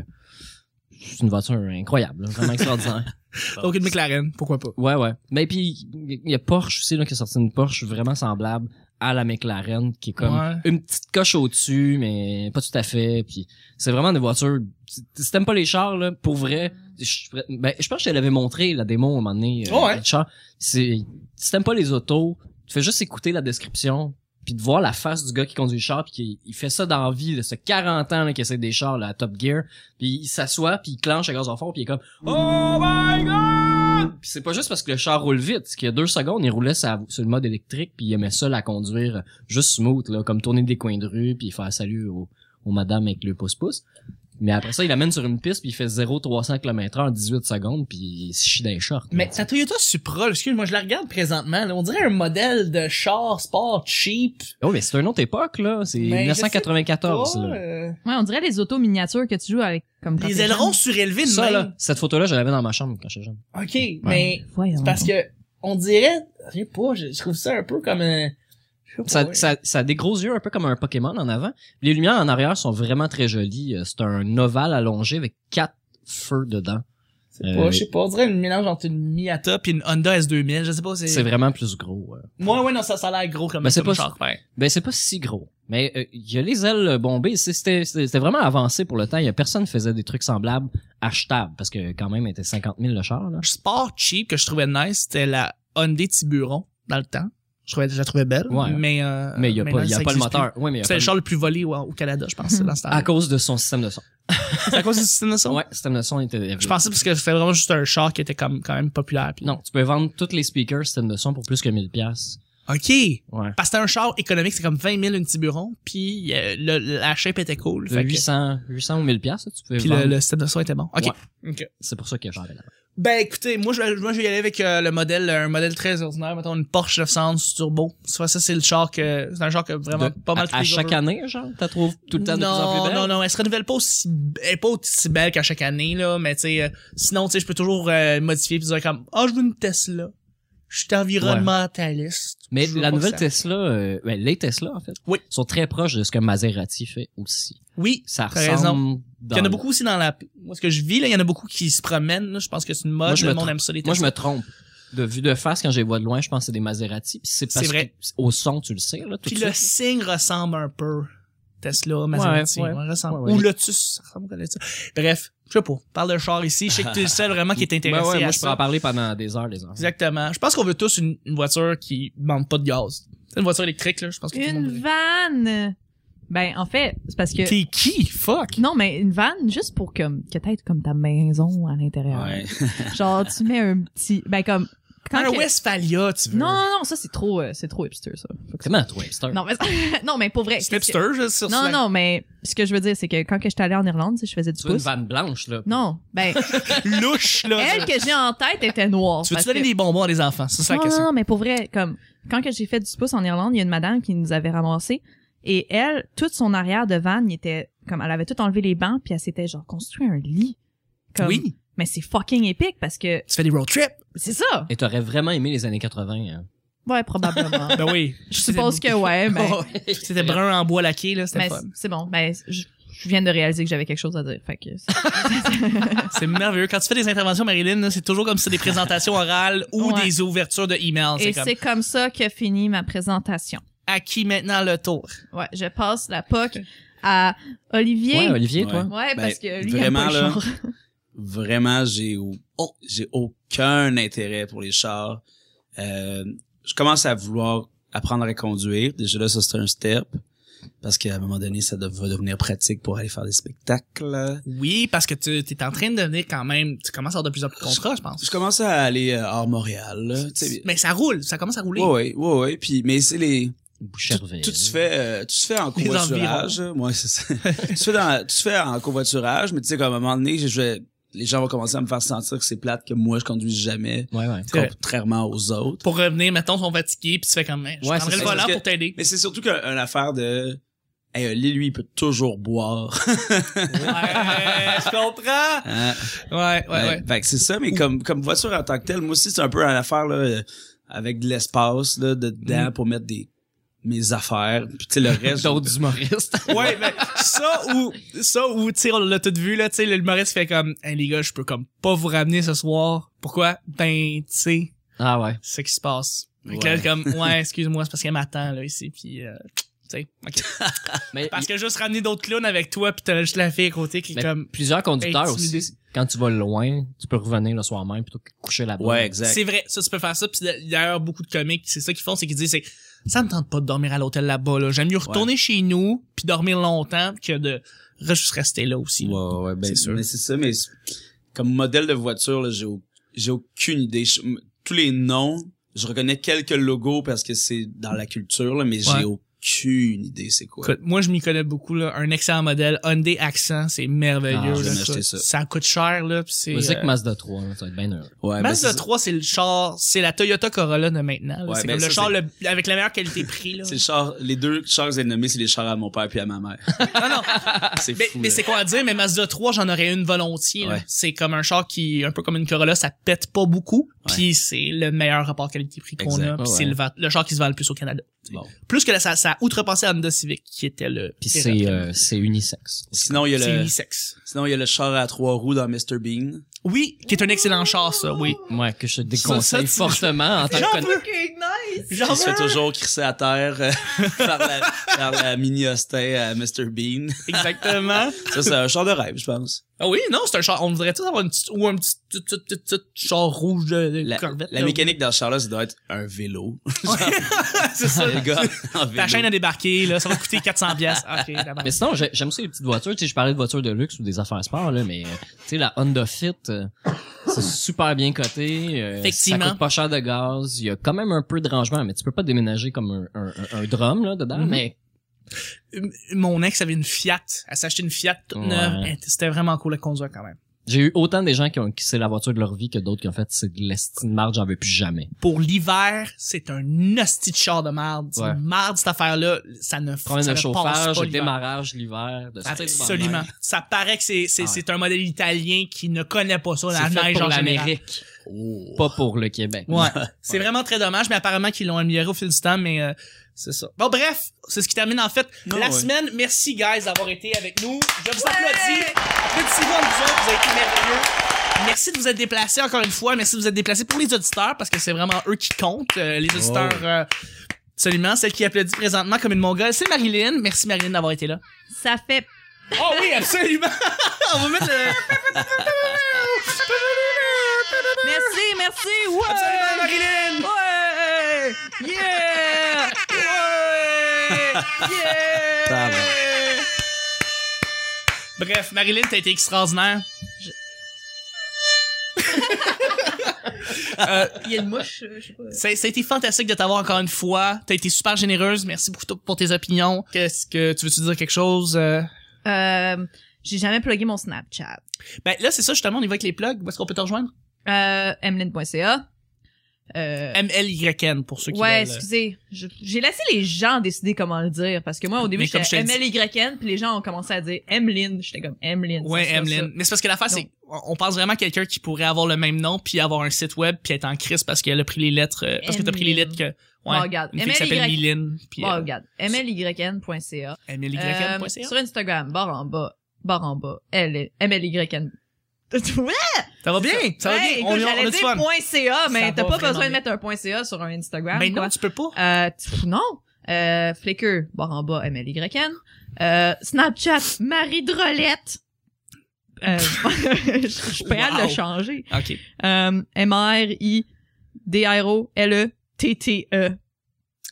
Speaker 4: c'est une voiture incroyable, là, vraiment extraordinaire.
Speaker 2: Aucune McLaren, pourquoi pas.
Speaker 4: Ouais, ouais. Mais puis, il y a Porsche aussi, là, qui a sorti une Porsche vraiment semblable à la McLaren, qui est comme
Speaker 2: Ouais.
Speaker 4: une petite coche au-dessus, mais pas tout à fait. Puis, c'est vraiment des voitures... Si si t'aimes pas les chars, là, pour vrai, je, ben, je pense que je te l'avais montré, la démo, à un moment donné, euh,
Speaker 2: Oh, ouais.
Speaker 4: le char. C'est, si t'aimes pas les autos, tu fais juste écouter la description, puis de voir la face du gars qui conduit le char, puis qui il fait ça dans la vie, de ce 40 ans là, qui essaie des chars là, à Top Gear, puis il s'assoit, puis il clenche à gaz en fond, puis il est comme « Oh my God! » Puis c'est pas juste parce que le char roule vite, c'est qu'il y a deux secondes, il roulait sa- sur le mode électrique, puis il aimait ça la conduire juste smooth, là, comme tourner des coins de rue, puis faire salut aux, aux madames avec le pouce-pouce. Mais après ça, il amène sur une piste, puis il fait 0-300 km en 18 secondes, puis il se chie dans les shorts.
Speaker 2: Mais
Speaker 4: là,
Speaker 2: ta Toyota Supra, excuse-moi, je la regarde présentement. là, on dirait un modèle de char sport cheap.
Speaker 4: Oh, mais c'est une autre époque, là. C'est
Speaker 2: Mais je sais
Speaker 4: 1994,
Speaker 2: Pas,
Speaker 4: là.
Speaker 2: euh,
Speaker 3: Ouais, on dirait les autos miniatures que tu joues avec comme quand
Speaker 2: les
Speaker 3: t'es
Speaker 2: ailerons surélevés de
Speaker 4: Ça,
Speaker 2: même.
Speaker 4: là, cette photo-là, je l'avais dans ma chambre quand j'étais jeune.
Speaker 2: OK, mais
Speaker 3: jeune. Voyons.
Speaker 2: c'est parce que on dirait, je sais pas, je, je trouve ça un peu comme un... je sais pas,
Speaker 4: Ça,
Speaker 2: Ah ouais.
Speaker 4: ça, ça a des gros yeux, un peu comme un Pokémon en avant. Les lumières en arrière sont vraiment très jolies. Euh, C'est un ovale allongé avec quatre feux dedans.
Speaker 2: C'est
Speaker 4: Euh,
Speaker 2: pas, je sais pas, on dirait un mélange entre une Miata puis une Honda S2000, je sais pas,
Speaker 4: C'est
Speaker 2: c'est...
Speaker 4: vraiment plus gros. euh.
Speaker 2: Moi, ouais, non, ça, ça a l'air gros comme,
Speaker 4: Ben, c'est
Speaker 2: comme
Speaker 4: pas-
Speaker 2: char. ouais.
Speaker 4: Ben, c'est pas si gros. Mais euh, il y a les ailes bombées. C'est- C'était c'était- c'était vraiment avancé pour le temps. Il y a personne qui faisait des trucs semblables achetables parce que quand même, il était 50 000 le char, là.
Speaker 2: Un sport cheap que je trouvais nice, c'était la Hyundai Tiburon, dans le temps. Je, trouvais, je la trouvais belle,
Speaker 4: Ouais.
Speaker 2: mais... euh,
Speaker 4: Mais il y a
Speaker 2: maintenant,
Speaker 4: pas, il y a
Speaker 2: ça
Speaker 4: pas le
Speaker 2: existe plus.
Speaker 4: moteur. Ouais, mais il y a
Speaker 2: C'était
Speaker 4: pas
Speaker 2: le
Speaker 4: le-
Speaker 2: char le plus volé ouais, au Canada, je pense, dans ce temps-là.
Speaker 4: à cause de son système de son.
Speaker 2: C'est à cause du système de son?
Speaker 4: Ouais, système de son était.
Speaker 2: Je pensais parce que c'était vraiment juste un char qui était comme, quand même populaire. puis-
Speaker 4: Non, tu peux vendre tous les speakers système de son pour plus que 1000 pièces.
Speaker 2: OK.
Speaker 4: Ouais.
Speaker 2: Parce que c'était un char économique, c'est comme 20 000 une Tiburon, puis euh, le, la shape était cool.
Speaker 4: De
Speaker 2: fait que-
Speaker 4: 800, 800 ou 1000 pièces, tu peux
Speaker 2: Puis
Speaker 4: vendre.
Speaker 2: le, le système de son était bon. OK.
Speaker 4: C'est pour ça que j'en avais là.
Speaker 2: Ben écoutez, moi je, moi, je vais y aller avec euh, le modèle, un modèle très ordinaire, mettons une Porsche 911 turbo. Soit ça c'est le char que c'est un char que vraiment
Speaker 4: De-
Speaker 2: pas mal
Speaker 4: à, à
Speaker 2: tous les
Speaker 4: chaque
Speaker 2: gars
Speaker 4: année, genre, t'as trouvé tout le temps de
Speaker 2: non,
Speaker 4: plus en plus belle.
Speaker 2: Non, non, elle se renouvelle pas aussi, elle est pas aussi belle qu'à chaque année, là, mais tu sais, euh, sinon, tu sais, je peux toujours euh, modifier pis dire comme, ah, je veux une Tesla. Je suis environnementaliste.
Speaker 4: Mais
Speaker 2: Je veux
Speaker 4: la
Speaker 2: pas
Speaker 4: nouvelle
Speaker 2: que ça-
Speaker 4: Tesla, euh, ben, les Tesla en fait,
Speaker 2: Oui.
Speaker 4: sont très proches de ce que Maserati fait aussi.
Speaker 2: Oui.
Speaker 4: Ça
Speaker 2: T'as
Speaker 4: ressemble.
Speaker 2: raison. Il y
Speaker 4: dans
Speaker 2: en a
Speaker 4: le-
Speaker 2: beaucoup aussi dans la, moi, ce que je vis, là, il y en a beaucoup qui se promènent, là. Je pense que c'est une mode,
Speaker 4: Moi, je
Speaker 2: le
Speaker 4: me
Speaker 2: monde
Speaker 4: trompe.
Speaker 2: aime ça, les
Speaker 4: Moi, je
Speaker 2: Tesla.
Speaker 4: me trompe. De vue de face, quand je les vois de loin, je pense que c'est des Maserati. Puis c'est parce
Speaker 2: C'est vrai.
Speaker 4: que au son, tu le sais là. Tout
Speaker 2: Puis
Speaker 4: de
Speaker 2: le
Speaker 4: suite.
Speaker 2: signe ressemble un peu. Tesla, Maserati,
Speaker 4: ouais.
Speaker 2: ouais, ressemble.
Speaker 4: Ouais, ouais.
Speaker 2: Ou Lotus, ça ressemble à Lotus. Bref, je sais pas. Parle de char ici. Je sais que tu es le seul vraiment qui est
Speaker 4: Ben
Speaker 2: intéressé
Speaker 4: ouais,
Speaker 2: à
Speaker 4: moi,
Speaker 2: ça.
Speaker 4: je pourrais en parler pendant des heures, les heures.
Speaker 2: Exactement. Je pense qu'on veut tous une, une voiture qui manque pas de gaz. C'est une voiture électrique, là. Je pense que tout le monde
Speaker 3: Une
Speaker 2: veut.
Speaker 3: vanne! Ben, en fait, c'est parce que...
Speaker 2: T'es qui? Fuck!
Speaker 3: Non, mais une vanne, juste pour comme, que t'aies comme ta maison à l'intérieur.
Speaker 5: Ouais.
Speaker 3: Genre, tu mets un petit, ben comme, quand
Speaker 2: un
Speaker 3: que-
Speaker 2: Westphalia, tu veux.
Speaker 3: Non, non, non, ça c'est trop, euh, c'est trop hipster, ça. Faut que ça-
Speaker 4: Comment toi, Hipster?
Speaker 3: Non, mais, non, mais pour vrai.
Speaker 2: C'est
Speaker 3: qu'est-ce que-
Speaker 2: hipster, je sur
Speaker 3: Non,
Speaker 2: Slack.
Speaker 3: non, mais ce que je veux dire, c'est que quand que j'étais allée en Irlande, tu sais, je faisais du
Speaker 4: Tu veux une
Speaker 3: pouce.
Speaker 4: vanne blanche là
Speaker 3: Non, ben,
Speaker 2: Louche, là.
Speaker 3: elle que j'ai en tête était noire.
Speaker 2: tu veux-tu
Speaker 3: parce
Speaker 2: donner
Speaker 3: que-
Speaker 2: des bonbons à des enfants? C'est ça la
Speaker 3: non, non,
Speaker 2: question.
Speaker 3: non, mais pour vrai, comme quand que j'ai fait du pouce en Irlande, il y a une madame qui nous avait ramassé et elle, toute son arrière de vanne, il était comme elle avait tout enlevé les bancs puis elle s'était genre construit un lit. Comme,
Speaker 2: Oui.
Speaker 3: Mais c'est fucking épique parce que
Speaker 2: Tu fais des road trips?
Speaker 3: c'est ça.
Speaker 4: Et t'aurais vraiment aimé les années 80. hein.
Speaker 3: Ouais, probablement.
Speaker 2: Ben oui.
Speaker 3: je suppose que ouais, mais
Speaker 2: Ben C'était brun en bois laqué, là. C'était
Speaker 3: mais
Speaker 2: fun.
Speaker 3: c'est bon. Ben je, je viens de réaliser que j'avais quelque chose à dire. Fait que
Speaker 2: C'est merveilleux. Quand tu fais des interventions, Marilyn, là, c'est toujours comme si c'était des présentations orales ou
Speaker 3: Ouais.
Speaker 2: des ouvertures de email.
Speaker 3: et
Speaker 2: C'est comme
Speaker 3: c'est comme ça que finit ma présentation.
Speaker 2: à qui maintenant le tour?
Speaker 3: Ouais, je passe la poc à Olivier.
Speaker 4: Ouais, Olivier,
Speaker 5: Ouais.
Speaker 4: toi.
Speaker 3: Ouais,
Speaker 5: Ben,
Speaker 3: parce que lui, il aime
Speaker 5: vraiment,
Speaker 3: pas le
Speaker 5: là,
Speaker 3: genre.
Speaker 5: Vraiment, j'ai au- oh, j'ai aucun intérêt pour les chars. Euh, je commence à vouloir apprendre à conduire. Déjà là, ça c'est un step. Parce qu'à un moment donné, ça dev- va devenir pratique pour aller faire des spectacles.
Speaker 2: Oui, parce que tu es en train de devenir quand même, tu commences à avoir de plus en plus de contrats, je pense.
Speaker 5: Je commence à aller euh, hors Montréal. là. Tu sais,
Speaker 2: Mais ça roule, ça commence à rouler.
Speaker 5: Ouais, ouais, ouais, ouais. Puis, mais c'est les,
Speaker 4: Boucherville.
Speaker 5: Tout se fait, euh, tout se fait en
Speaker 2: Les
Speaker 5: covoiturage. Moi, c'est ça. tout se fait dans, tout se fait en covoiturage, mais tu sais, comme à un moment donné, je, je- les gens vont commencer à me faire sentir que c'est plate que moi je conduis jamais,
Speaker 4: Ouais, ouais.
Speaker 2: C'est vrai.
Speaker 5: contrairement aux autres.
Speaker 2: Pour revenir, mettons, ils sont fatigués, puis tu fais comme, Hey, je
Speaker 4: Ouais,
Speaker 2: prendrais
Speaker 4: c'est
Speaker 2: le
Speaker 5: ça,
Speaker 2: volant
Speaker 5: parce que-
Speaker 2: pour t'aider.
Speaker 5: Mais c'est surtout qu'une affaire de, Hey, euh, Lee, lui, il peut toujours boire.
Speaker 2: Ouais, je comprends.
Speaker 5: Hein?
Speaker 2: Ouais, ouais, ouais.
Speaker 5: Fait que c'est ça, mais comme, comme voiture en tant que telle, moi aussi, c'est un peu à l'affaire, là, euh, avec de l'espace, là,
Speaker 2: Mm.
Speaker 5: dedans, pour mettre des, mes affaires. Puis, tu sais, le reste.
Speaker 4: D'autres humoristes.
Speaker 2: Ouais, mais ça ou ça ou tu sais on l'a tout vu là, tu sais l'humoriste fait comme hey, les gars, je peux comme pas vous ramener ce soir. Pourquoi Ben tu sais
Speaker 4: Ah ouais.
Speaker 2: ce qui se passe. Fait que là,
Speaker 5: Ouais.
Speaker 2: comme ouais, excuse-moi, c'est parce qu'elle m'attend là ici puis euh, tu sais. OK.
Speaker 4: Mais,
Speaker 2: Parce que juste ramener d'autres clowns avec toi puis t'as juste la fille à côté qui est
Speaker 4: mais
Speaker 2: comme
Speaker 4: plusieurs conducteurs
Speaker 2: intimidé.
Speaker 4: aussi, quand tu vas loin, tu peux revenir le soir même plutôt que coucher là-bas.
Speaker 5: Ouais, exact.
Speaker 2: c'est vrai, ça tu peux faire ça puis d'ailleurs beaucoup de comiques, c'est ça qu'ils font, c'est qu'ils disent c'est ça me tente pas de dormir à l'hôtel là-bas là, j'aime mieux retourner chez nous puis dormir longtemps que de re- juste rester là aussi.
Speaker 5: Ouais,
Speaker 2: là.
Speaker 5: ouais, ouais, ben,
Speaker 2: C'est sûr.
Speaker 5: Mais c'est ça, mais c'est- comme modèle de voiture, là, j'ai, au- j'ai aucune idée. Je- m- tous les noms, je reconnais quelques logos parce que c'est dans la culture, là, mais
Speaker 2: Ouais.
Speaker 5: j'ai aucune idée c'est quoi.
Speaker 2: Écoute, moi, je m'y connais beaucoup, là. Un excellent modèle. Hyundai Accent, c'est merveilleux,
Speaker 4: Ah, je
Speaker 2: là.
Speaker 5: vais
Speaker 2: Ça.
Speaker 5: m'acheter ça.
Speaker 2: ça coûte cher, là. Pis c'est,
Speaker 4: Musique
Speaker 2: euh,
Speaker 4: Mazda 3, là, ça va être bien heureux.
Speaker 5: Ouais, ben,
Speaker 2: Mazda
Speaker 5: c'est ça.
Speaker 2: 3, c'est le char, c'est la Toyota Corolla de maintenant, là.
Speaker 5: Ouais,
Speaker 2: c'est
Speaker 5: ben
Speaker 2: comme le
Speaker 5: ça,
Speaker 2: char
Speaker 5: c'est-
Speaker 2: le- avec la meilleure qualité-prix, là.
Speaker 5: C'est le char, les deux chars que j'ai nommés, c'est les chars à mon père puis à ma mère.
Speaker 2: non, non.
Speaker 5: C'est
Speaker 2: Mais,
Speaker 5: fou.
Speaker 2: mais
Speaker 5: là.
Speaker 2: c'est quoi à dire, mais Mazda 3, j'en aurais une volontiers, là.
Speaker 5: Ouais.
Speaker 2: C'est comme un char qui, un peu comme une Corolla, ça pète pas beaucoup.
Speaker 5: Ouais.
Speaker 2: Puis c'est le meilleur rapport qualité-prix qu'on
Speaker 5: Exact.
Speaker 2: a. Puis
Speaker 4: Ouais,
Speaker 2: c'est
Speaker 4: ouais.
Speaker 2: le, va- le char qui se vend le plus au Canada.
Speaker 5: Bon.
Speaker 2: Plus que la- ça, ça a outrepassé à Honda Civic, qui était le...
Speaker 4: Puis c'est euh, c'est unisexe.
Speaker 5: Sinon, il y a
Speaker 2: C'est
Speaker 5: le,
Speaker 2: unisex.
Speaker 5: sinon, il y a le char à trois roues dans Mr. Bean.
Speaker 2: Oui, qui est un excellent char, ça, oui.
Speaker 4: Ouais, que je te déconseille
Speaker 2: Ça, ça, tu-
Speaker 4: fortement en tant que
Speaker 2: J'en
Speaker 4: conna-
Speaker 2: veux!
Speaker 3: nice!
Speaker 5: Il
Speaker 2: J'en
Speaker 5: se fait
Speaker 2: veux!
Speaker 5: toujours crisser à terre euh, par la, par la mini Austin à Mr. Bean.
Speaker 2: Exactement.
Speaker 5: Ça, c'est un char de rêve, je pense.
Speaker 2: Ah oui, non, c'est un char. On voudrait tous avoir une petite, ou un petit, petit, petit, petit, petit char rouge de, de
Speaker 5: La,
Speaker 2: Corvette.
Speaker 5: la
Speaker 2: là.
Speaker 5: mécanique dans ce char-là, ça doit être un vélo.
Speaker 2: c'est ça.
Speaker 5: Le gars en vélo.
Speaker 2: Ta chaîne à débarquer, là, ça va coûter 400 pièces. Ok, d'abord.
Speaker 4: Mais sinon, j'ai- j'aime ça les petites voitures. Tu sais, je parlais de voitures de luxe ou des affaires sport, là, mais euh, tu sais, la Honda Fit, euh, c'est super bien coté. euh,
Speaker 2: Effectivement.
Speaker 4: Ça coûte pas cher de gaz. Il y a quand même un peu de rangement, mais tu peux pas déménager comme un, un, un- un drum là, dedans.
Speaker 2: Mhm.
Speaker 4: Mais
Speaker 2: M- Mon ex avait une Fiat. Elle s'est acheté une Fiat toute
Speaker 4: Ouais.
Speaker 2: neuve. Elle- C'était vraiment cool à conduire quand même.
Speaker 4: j'ai eu autant des gens qui ont qui c'est la voiture de leur vie que d'autres qui ont fait c'est de l'estime marge, j'en veux plus jamais.
Speaker 2: Pour l'hiver, c'est un hostie de char de merde.
Speaker 4: Ouais.
Speaker 2: Merde, cette affaire-là, ça ne
Speaker 4: Problème
Speaker 2: ça
Speaker 4: de
Speaker 2: ne passe
Speaker 4: chauffage,
Speaker 2: pas
Speaker 4: de
Speaker 2: l'hiver.
Speaker 4: démarrage l'hiver, de sortir du bonheur.
Speaker 2: Absolument. Ça paraît que c'est c'est
Speaker 4: Ah ouais.
Speaker 2: c'est un modèle italien qui ne connaît pas ça, la
Speaker 4: C'est fait
Speaker 2: neige
Speaker 4: pour
Speaker 2: en général.
Speaker 4: l'Amérique,
Speaker 5: Oh.
Speaker 4: pas pour le Québec.
Speaker 2: Ouais. C'est vraiment très dommage, mais apparemment qu'ils l'ont amélioré au fil du temps, mais euh, c'est ça. Bon, bref, c'est ce qui termine en fait
Speaker 5: Non,
Speaker 2: la
Speaker 5: ouais.
Speaker 2: semaine. Merci, guys, d'avoir été avec nous. Je vous
Speaker 3: Ouais!
Speaker 2: applaudis. Applaudissez-vous entre vous autres, vous avez été merveilleux. Merci de vous être déplacés encore une fois. Merci de vous être déplacés pour les auditeurs, parce que c'est vraiment eux qui comptent. Euh, les auditeurs, euh, absolument. Celle qui applaudit présentement comme une mongole, c'est Marilyn. Merci, Marilyn, d'avoir été là.
Speaker 3: Ça fait
Speaker 2: Oh oui, absolument. On va mettre le...
Speaker 3: Merci, merci! Ouais!
Speaker 2: Absolument, Marilyn.
Speaker 3: Ouais! Yeah! Ouais! Yeah!
Speaker 5: Pardon.
Speaker 2: Bref, Marilyn, t'as été extraordinaire.
Speaker 3: Il y a une mouche, euh, je sais pas.
Speaker 2: Ça, ça a été fantastique de t'avoir encore une fois. T'as été super généreuse. Merci beaucoup t- pour tes opinions. Qu'est-ce que tu veux-tu dire quelque chose? euh?
Speaker 3: Euh, j'ai jamais plugué mon Snapchat.
Speaker 2: Ben là, c'est ça justement. On y va avec les plugs. Où est-ce qu'on peut te rejoindre?
Speaker 3: Euh, emeline.ca. Euh,
Speaker 2: MLYN pour ceux qui
Speaker 3: ouais,
Speaker 2: veulent.
Speaker 3: excusez. Je- J'ai laissé les gens décider comment le dire parce que moi, au début,
Speaker 2: Mais comme
Speaker 3: j'étais
Speaker 2: je t'ai
Speaker 3: MLYN, puis les gens ont commencé à dire Emeline. J'étais comme Emeline. ça
Speaker 2: euh, Ouais,
Speaker 3: sera ça.
Speaker 2: Emeline. Mais c'est parce que l'affaire, c'est on on pense vraiment à quelqu'un qui pourrait avoir le même nom puis avoir un site web puis être en crise parce qu'elle a pris les lettres, euh, parce que t'as pris les lettres
Speaker 3: Emeline.
Speaker 2: que. Ouais.
Speaker 3: Bon, Oh, regarde.
Speaker 2: Une fille qui s'appelle
Speaker 3: MLYN.
Speaker 2: Mylène puis
Speaker 3: Bon,
Speaker 2: euh,
Speaker 3: Oh, regarde. MLYN.ca.
Speaker 2: MLYN.ca.
Speaker 3: Euh, sur Instagram, barre en bas, barre en bas, L, est- MLYN. Ouais,
Speaker 2: Ça va bien, ça va bien.
Speaker 3: écoute,
Speaker 2: on, on a
Speaker 3: j'allais
Speaker 2: du
Speaker 3: dire
Speaker 2: fun.
Speaker 3: point .ca,
Speaker 2: Ça
Speaker 3: mais t'as
Speaker 2: va
Speaker 3: pas
Speaker 2: vraiment
Speaker 3: besoin de
Speaker 2: bien.
Speaker 3: mettre un point .ca sur un Instagram.
Speaker 2: Ben
Speaker 3: quoi.
Speaker 2: non, tu peux pas.
Speaker 3: Euh, tu- pff, non. Euh, Flickr, barre en bas, MLYN. Euh, Snapchat, Marie Drolette. Euh, je je suis prête à
Speaker 2: Wow.
Speaker 3: le changer.
Speaker 2: Ok.
Speaker 3: Euh, E M-R-I-D-R-O-L-E-T-T-E.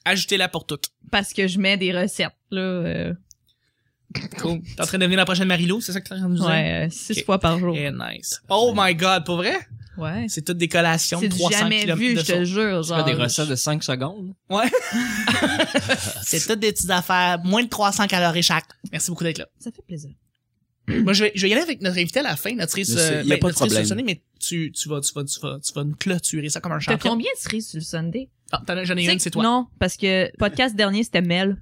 Speaker 2: Ajoutez-la pour toutes.
Speaker 3: Parce que je mets des recettes, là. euh,
Speaker 2: Cool. T'es en train de devenir la prochaine Marilou, c'est ça que t'es en train de nous dire?
Speaker 3: ouais, euh, six
Speaker 2: Ok.
Speaker 3: fois par jour.
Speaker 2: Eh, nice. Oh my god, pour vrai?
Speaker 3: Ouais.
Speaker 2: C'est toutes des collations de
Speaker 3: C'est du
Speaker 2: 300
Speaker 3: jamais
Speaker 2: km
Speaker 3: vu,
Speaker 2: de
Speaker 3: je te
Speaker 2: sauce.
Speaker 3: jure.
Speaker 4: Tu fais
Speaker 3: Genre,
Speaker 4: des recettes de 5 secondes.
Speaker 2: C'est toutes des petites affaires, moins de 300 calories chaque. Merci beaucoup d'être là.
Speaker 3: Ça fait plaisir.
Speaker 2: Moi, je vais, je vais y aller avec notre invité à la fin, notre trice,
Speaker 5: Mais c'est-
Speaker 2: euh,
Speaker 5: y a
Speaker 2: ben,
Speaker 5: pas de
Speaker 2: notre trice
Speaker 5: problème.
Speaker 2: soupçonnée, mais tu, tu vas, tu vas, tu vas, tu vas nous clôturer ça comme un
Speaker 3: T'as
Speaker 2: champion.
Speaker 3: combien de cerises sur le Sunday?
Speaker 2: Ah, t'en as- j'en ai
Speaker 3: Tu sais
Speaker 2: une,
Speaker 3: que-
Speaker 2: c'est toi.
Speaker 3: Non, parce que podcast dernier, c'était Mel.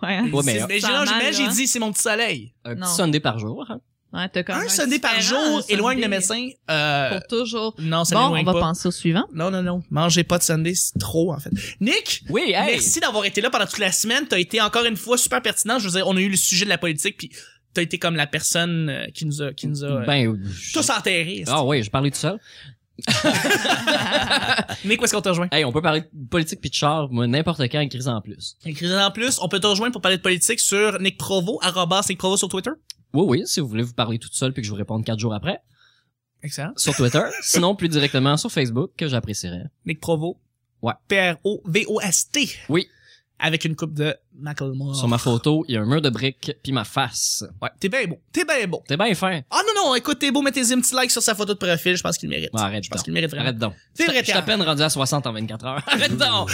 Speaker 3: Ouais. hein?
Speaker 4: Ouais,
Speaker 2: C'est-
Speaker 4: mais
Speaker 2: mais Ben, j'ai-
Speaker 3: Ça a
Speaker 2: non,
Speaker 3: mal,
Speaker 2: mais j'ai
Speaker 3: là.
Speaker 2: dit, c'est mon petit soleil.
Speaker 4: un
Speaker 3: Non.
Speaker 4: petit Sunday par jour. hein.
Speaker 3: Ouais, t'as comme
Speaker 2: Un sonné par
Speaker 3: différent,
Speaker 2: jour
Speaker 3: un
Speaker 2: éloigne le
Speaker 3: Sunday
Speaker 2: médecin. Euh,
Speaker 3: Pour toujours.
Speaker 2: non, ça
Speaker 3: Bon, on
Speaker 2: m'éloigne
Speaker 3: va
Speaker 2: pas.
Speaker 3: penser au suivant.
Speaker 2: Non, non, non. Mangez pas de Sunday, c'est trop, en fait. Nick!
Speaker 4: Oui, hey!
Speaker 2: Merci d'avoir été là pendant toute la semaine. T'as été encore une fois super pertinent. Je veux dire, on a eu le sujet de la politique, puis t'as été comme la personne euh, qui nous a, qui nous a euh,
Speaker 4: Ben, je-
Speaker 2: tous enterrés.
Speaker 4: ah oui, je parlais tout seul.
Speaker 2: Nick, où est-ce qu'on te rejoint?
Speaker 4: Hey, on peut parler de politique pis de char, moi, n'importe quand, une crise en plus.
Speaker 2: Écris en plus, on peut te rejoindre pour parler de politique sur Nick Provo, arrobas Nick Provo sur Twitter.
Speaker 4: Oui, oui, si vous voulez vous parler toute seule puis que je vous réponde quatre jours après,
Speaker 2: Excellent.
Speaker 4: sur Twitter. sinon, plus directement sur Facebook, que j'apprécierais.
Speaker 2: Nick Provo.
Speaker 4: Ouais.
Speaker 2: P-R-O-V-O-S-T.
Speaker 4: Oui.
Speaker 2: Avec une coupe de Macklemore.
Speaker 4: Sur ma photo, il y a un mur de briques puis ma face. Ouais.
Speaker 2: T'es bien beau. T'es bien beau.
Speaker 4: T'es bien fin.
Speaker 2: Ah non, non, écoute, t'es beau, mettez-y un petit like sur sa photo de profil. Je pense qu'il le mérite.
Speaker 4: Ouais, arrête
Speaker 2: Je pense
Speaker 4: donc.
Speaker 2: qu'il le mérite vraiment.
Speaker 4: Arrête donc.
Speaker 2: C'est vrai,
Speaker 4: Je suis à
Speaker 2: t'es-
Speaker 4: peine rendu à 60 en 24 heures.
Speaker 2: Arrête donc!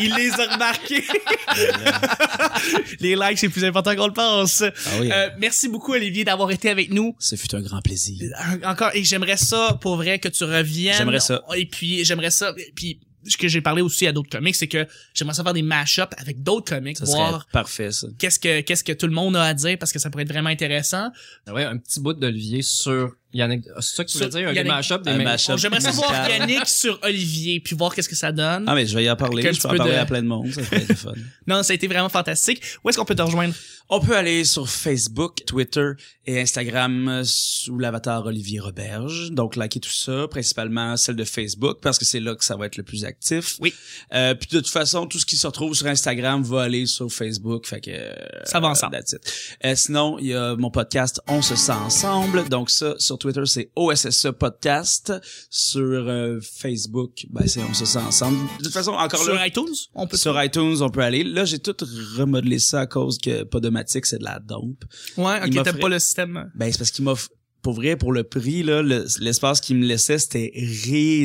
Speaker 2: Il les a remarqués.
Speaker 5: hein.
Speaker 2: les likes, c'est plus important qu'on le pense.
Speaker 5: Ah oui.
Speaker 2: Euh, merci beaucoup, Olivier, d'avoir été avec nous.
Speaker 5: Ce fut un grand plaisir.
Speaker 2: Un- Encore, et j'aimerais ça, pour vrai, que tu reviennes.
Speaker 5: J'aimerais ça.
Speaker 2: Et puis, j'aimerais ça. Et puis, ce que j'ai parlé aussi à d'autres comics, c'est que j'aimerais ça faire des mash-ups avec d'autres comics,
Speaker 5: Ça serait
Speaker 2: voir
Speaker 5: parfait, ça.
Speaker 2: qu'est-ce que, qu'est-ce que tout le monde a à dire, parce que ça pourrait être vraiment intéressant.
Speaker 4: Ah ouais, un petit bout d'Olivier sur Yannick. ah, C'est ça que tu
Speaker 2: Sur
Speaker 4: veux dire? Un
Speaker 2: Yannick-
Speaker 4: des mashups, des
Speaker 5: Un
Speaker 4: ma-
Speaker 5: mashup
Speaker 2: J'aimerais ça
Speaker 5: musical.
Speaker 2: voir Yannick sur Olivier, puis voir qu'est-ce que ça donne.
Speaker 5: Ah, mais je vais y en parler.
Speaker 2: Quel
Speaker 5: je vais en
Speaker 2: peu
Speaker 5: parler
Speaker 2: de-
Speaker 5: à plein de monde. Ça serait fun.
Speaker 2: Non, ça a été vraiment fantastique. Où est-ce qu'on peut te rejoindre?
Speaker 5: On peut aller sur Facebook, Twitter et Instagram euh, sous l'avatar Olivier Roberge. Donc, liker tout ça, principalement celle de Facebook, parce que c'est là que ça va être le plus actif.
Speaker 2: Oui.
Speaker 5: Euh, puis de toute façon, tout ce qui se retrouve sur Instagram va aller sur Facebook. Fait que... euh,
Speaker 2: Ça va ensemble.
Speaker 5: that's it. Euh, sinon, il y a mon podcast On se sent ensemble. Donc ça, sur Twitter, c'est OSSE E Podcast. Sur euh, Facebook, ben, c'est On se sent ensemble. De toute façon, encore là...
Speaker 2: Sur iTunes? On peut te
Speaker 5: Sur iTunes, on peut aller. Là, j'ai tout remodelé ça à cause que Podomatic, c'est de la dompe.
Speaker 2: Ouais,
Speaker 5: Il
Speaker 2: ok, t'aimes
Speaker 5: m'offrait-
Speaker 2: pas le système.
Speaker 5: Ben, c'est parce qu'il m'a... f- Pour vrai, pour le prix, là, le- l'espace qu'il me laissait, c'était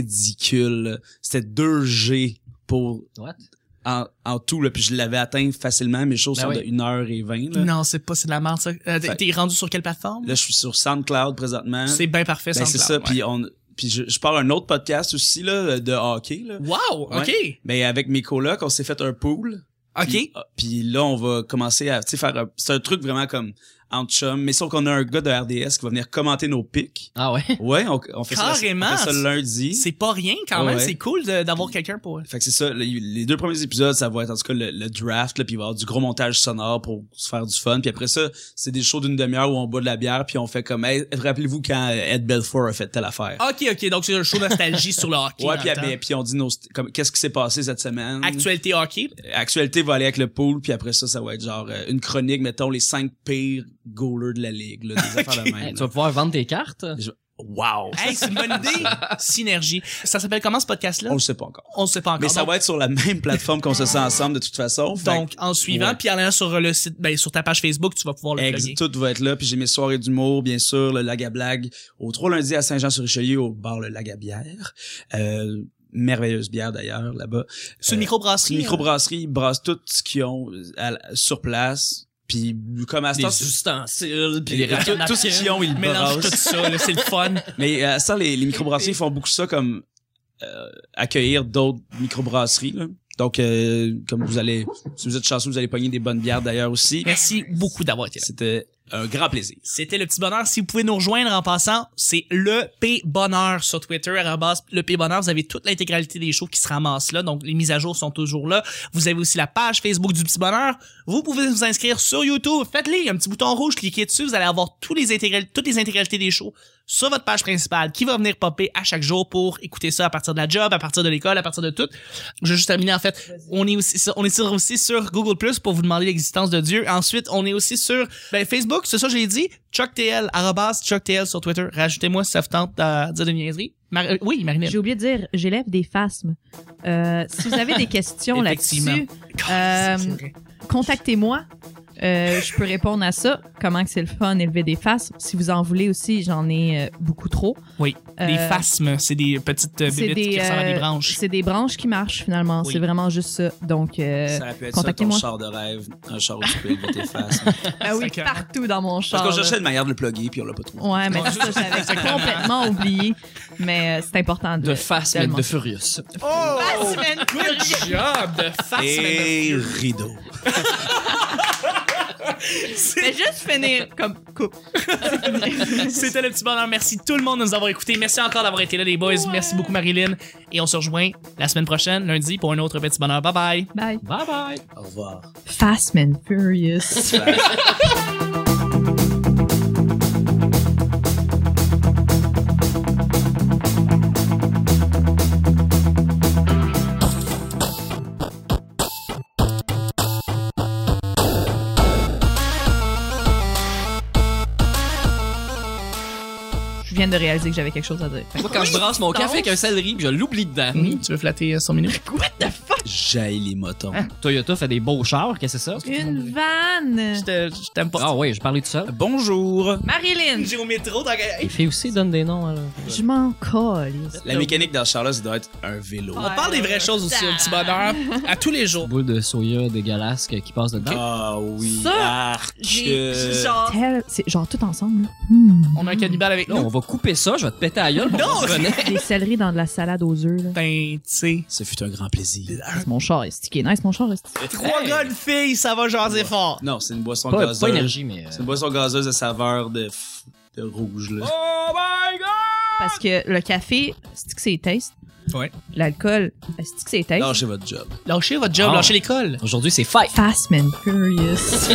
Speaker 5: ridicule. C'était 2G pour...
Speaker 4: What?
Speaker 5: En, en tout, là, puis je l'avais atteint facilement. Mes choses
Speaker 4: Ben
Speaker 5: sont
Speaker 4: oui.
Speaker 5: de 1h20. Là.
Speaker 2: Non, c'est pas, c'est de la merde, ça. Euh, t'es-
Speaker 5: Fait-
Speaker 2: T'es rendu sur quelle plateforme?
Speaker 5: là, je suis sur SoundCloud présentement.
Speaker 2: C'est bien parfait,
Speaker 5: Ben, c'est ça.
Speaker 2: SoundCloud, ouais.
Speaker 5: Puis on... Puis je, je parle un autre podcast aussi là euh, de hockey là.
Speaker 2: Wow, ok.
Speaker 5: Mais avec mes colocs, on s'est fait un pool.
Speaker 2: Ok.
Speaker 5: Puis, ah, Puis là, on va commencer à tu sais, faire. un- C'est un truc vraiment comme entre chum. Mais sauf qu'on a un gars de RDS qui va venir commenter nos pics.
Speaker 4: Ah ouais?
Speaker 5: Ouais, on, on fait
Speaker 2: Carrément.
Speaker 5: ça. On fait ça lundi.
Speaker 2: C'est pas rien quand même,
Speaker 5: Ouais.
Speaker 2: c'est cool de- d'avoir quelqu'un pour.
Speaker 5: Fait que c'est ça. le- Les deux premiers épisodes, ça va être en tout cas le, le draft. Là, puis il va y avoir du gros montage sonore pour se faire du fun. Puis après ça, c'est des shows d'une demi-heure où on boit de la bière. Puis on fait comme. Hey, rappelez-vous quand Ed Belfour a fait telle affaire.
Speaker 2: Ok, ok, donc c'est un show nostalgie sur le hockey.
Speaker 5: ouais.
Speaker 2: dans
Speaker 5: Puis,
Speaker 2: le temps.
Speaker 5: ben, puis on dit nos, comme qu'est-ce qui s'est passé cette semaine.
Speaker 2: Actualité hockey.
Speaker 5: Actualité va aller avec le pool, puis après ça, ça va être genre euh, une chronique, mettons, les cinq pires goalers de la ligue, là, des affaires de même.
Speaker 4: Hey, tu
Speaker 5: là.
Speaker 4: vas pouvoir vendre tes cartes?
Speaker 5: Wow!
Speaker 2: Hey, c'est une bonne idée. Synergie. Ça s'appelle comment ce podcast-là?
Speaker 5: On le sait pas encore.
Speaker 2: On le sait pas encore.
Speaker 5: Mais ça
Speaker 2: Donc,
Speaker 5: va être sur la même plateforme qu'on se sent ensemble de toute façon. Fait
Speaker 2: Donc, en suivant,
Speaker 5: Ouais.
Speaker 2: puis en allant sur le site, ben, sur ta page Facebook, tu vas pouvoir
Speaker 5: que,
Speaker 2: le
Speaker 5: ex-
Speaker 2: plugger.
Speaker 5: tout va être là, puis j'ai mes soirées d'humour, bien sûr, le Lag à Blague, au 3 lundi à Saint-Jean-sur-Richelieu, au bar le Lag à Bière. Euh, merveilleuse bière d'ailleurs, là-bas.
Speaker 2: C'est une
Speaker 5: Euh,
Speaker 2: microbrasserie. hein?
Speaker 5: Une microbrasserie, ils brassent tout ce qu'ils ont à la- sur place, puis comme à ce
Speaker 4: Des
Speaker 5: temps-
Speaker 4: ustensiles puis
Speaker 5: tout,
Speaker 4: les raquettes.
Speaker 5: tout ce qu'ils ont, ils
Speaker 2: euh,
Speaker 5: le
Speaker 2: Mélange
Speaker 5: brassent.
Speaker 2: tout ça, là, c'est le fun.
Speaker 5: Mais euh, à ça, les, les microbrasseries font beaucoup ça comme euh, accueillir d'autres microbrasseries. là. Donc, euh, comme vous allez, si vous êtes chanceux, vous allez pogner des bonnes bières d'ailleurs aussi.
Speaker 2: Merci beaucoup d'avoir été là.
Speaker 5: C'était un grand plaisir.
Speaker 2: C'était le petit bonheur. Si vous pouvez nous rejoindre en passant, c'est le P bonheur sur Twitter. arrobas Le P bonheur, vous avez toute l'intégralité des shows qui se ramassent là. Donc les mises à jour sont toujours là. Vous avez aussi la page Facebook du petit bonheur. Vous pouvez vous inscrire sur YouTube. Faites-le. Il y a un petit bouton rouge. Cliquez dessus. Vous allez avoir tous les intégral- toutes les intégralités des shows sur votre page principale qui va venir popper à chaque jour pour écouter ça à partir de la job, à partir de l'école, à partir de tout. Je vais juste terminer en fait. On est aussi, on est sur- aussi sur Google Plus pour vous demander l'existence de Dieu. Ensuite, on est aussi sur ben, Facebook, c'est ça je l'ai dit. ChuckTL, arrobas ChuckTL sur Twitter. Rajoutez-moi si ça vous tente euh, de dire des niaiseries. Mar- euh, oui, Marinette.
Speaker 3: J'ai oublié de dire, j'élève des phasmes. Euh, si vous avez des questions là-dessus,
Speaker 2: Effectivement.
Speaker 3: Euh,
Speaker 2: C'est vrai.
Speaker 3: contactez-moi. Euh, je peux répondre à ça. Comment que c'est le fun élever des phasmes. Si vous en voulez aussi, j'en ai euh, beaucoup trop.
Speaker 2: Oui, des
Speaker 3: euh,
Speaker 2: phasmes, c'est des petites euh,
Speaker 3: c'est
Speaker 2: bébites
Speaker 3: des,
Speaker 2: qui ressemblent à des
Speaker 3: euh,
Speaker 2: branches.
Speaker 3: C'est des branches qui marchent finalement.
Speaker 2: Oui.
Speaker 3: C'est vraiment juste ça. Donc, euh,
Speaker 5: ça peut être ça, ton
Speaker 3: contactez-moi.
Speaker 5: char de rêve, un char où tu peux élever tes faces.
Speaker 3: ah oui,
Speaker 2: Sacrément.
Speaker 3: partout dans mon char.
Speaker 5: Parce qu'on
Speaker 3: là.
Speaker 5: cherchait une manière de le plugger, puis on l'a pas trouvé.
Speaker 3: Ouais, mais ça, j'avais
Speaker 2: Exactement.
Speaker 3: complètement oublié. Mais euh, c'est important de.
Speaker 4: De face, mais
Speaker 3: Tellement.
Speaker 4: de furious.
Speaker 2: Oh!
Speaker 3: Phasmen, curieux.
Speaker 2: Job de phasmes.
Speaker 5: Et rideau.
Speaker 3: Fais juste finir comme coupe.
Speaker 2: C'était le petit bonheur. Merci tout le monde de nous avoir écoutés. Merci encore d'avoir été là, les boys. Merci beaucoup, Marilyn. Et on se rejoint la semaine prochaine, lundi, pour un autre petit bonheur. Bye bye.
Speaker 3: Bye.
Speaker 4: Bye bye.
Speaker 5: Au revoir.
Speaker 3: Fast and Furious. Je viens de réaliser que j'avais quelque chose à dire.
Speaker 4: Moi, quand je brasse mon café avec un céleri, puis je l'oublie dedans.
Speaker 2: Tu veux flatter euh, son minute?
Speaker 3: What the fuck?
Speaker 5: J'aille les motons.
Speaker 3: Ah.
Speaker 4: Toyota fait des beaux chars, qu'est-ce que c'est ça?
Speaker 3: Une vanne!
Speaker 2: Je te- je t'aime pas.
Speaker 4: Ah ouais, je parlais tout seul.
Speaker 5: Bonjour.
Speaker 3: Marilyn,
Speaker 2: J'ai au métro, t'as
Speaker 4: Les filles aussi donnent des noms. alors.
Speaker 3: je m'en colle.
Speaker 5: La mécanique dans Charlotte, ça doit être un vélo.
Speaker 3: Ah,
Speaker 2: On parle des vraies choses aussi, un petit bonheur, à tous les jours.
Speaker 4: Boule de soya dégueulasse que- qui passe dedans.
Speaker 5: Ah oui.
Speaker 3: Ça,
Speaker 5: arc.
Speaker 3: J'ai
Speaker 5: Euh,
Speaker 3: genre. C'est genre tout ensemble. là.
Speaker 2: On a un cannibale avec
Speaker 4: Là, on
Speaker 2: nous.
Speaker 4: va couper ça, je vais te péter à gueule.
Speaker 2: Non!
Speaker 3: Des céleris dans de la salade aux œufs. là.
Speaker 2: Ben, tu sais.
Speaker 5: Ce fut un grand plaisir.
Speaker 3: C'est Mon char est stické. Nice, mon char est stické.
Speaker 2: Trois
Speaker 4: Hey.
Speaker 2: gars, une fille, ça va jaser fort.
Speaker 5: Non, c'est une boisson
Speaker 4: Pas,
Speaker 5: gazeuse.
Speaker 4: pas énergie, mais. euh,
Speaker 5: C'est une boisson gazeuse de saveur de, f- de rouge, là.
Speaker 3: Parce que le café, c'est que c'est taste.
Speaker 2: Ouais.
Speaker 3: L'alcool, c'est que c'est taste.
Speaker 5: Lâchez votre job.
Speaker 2: Lâchez votre job,
Speaker 4: Ah.
Speaker 2: lâchez l'école.
Speaker 4: Aujourd'hui, c'est fight.
Speaker 3: Fast and Furious.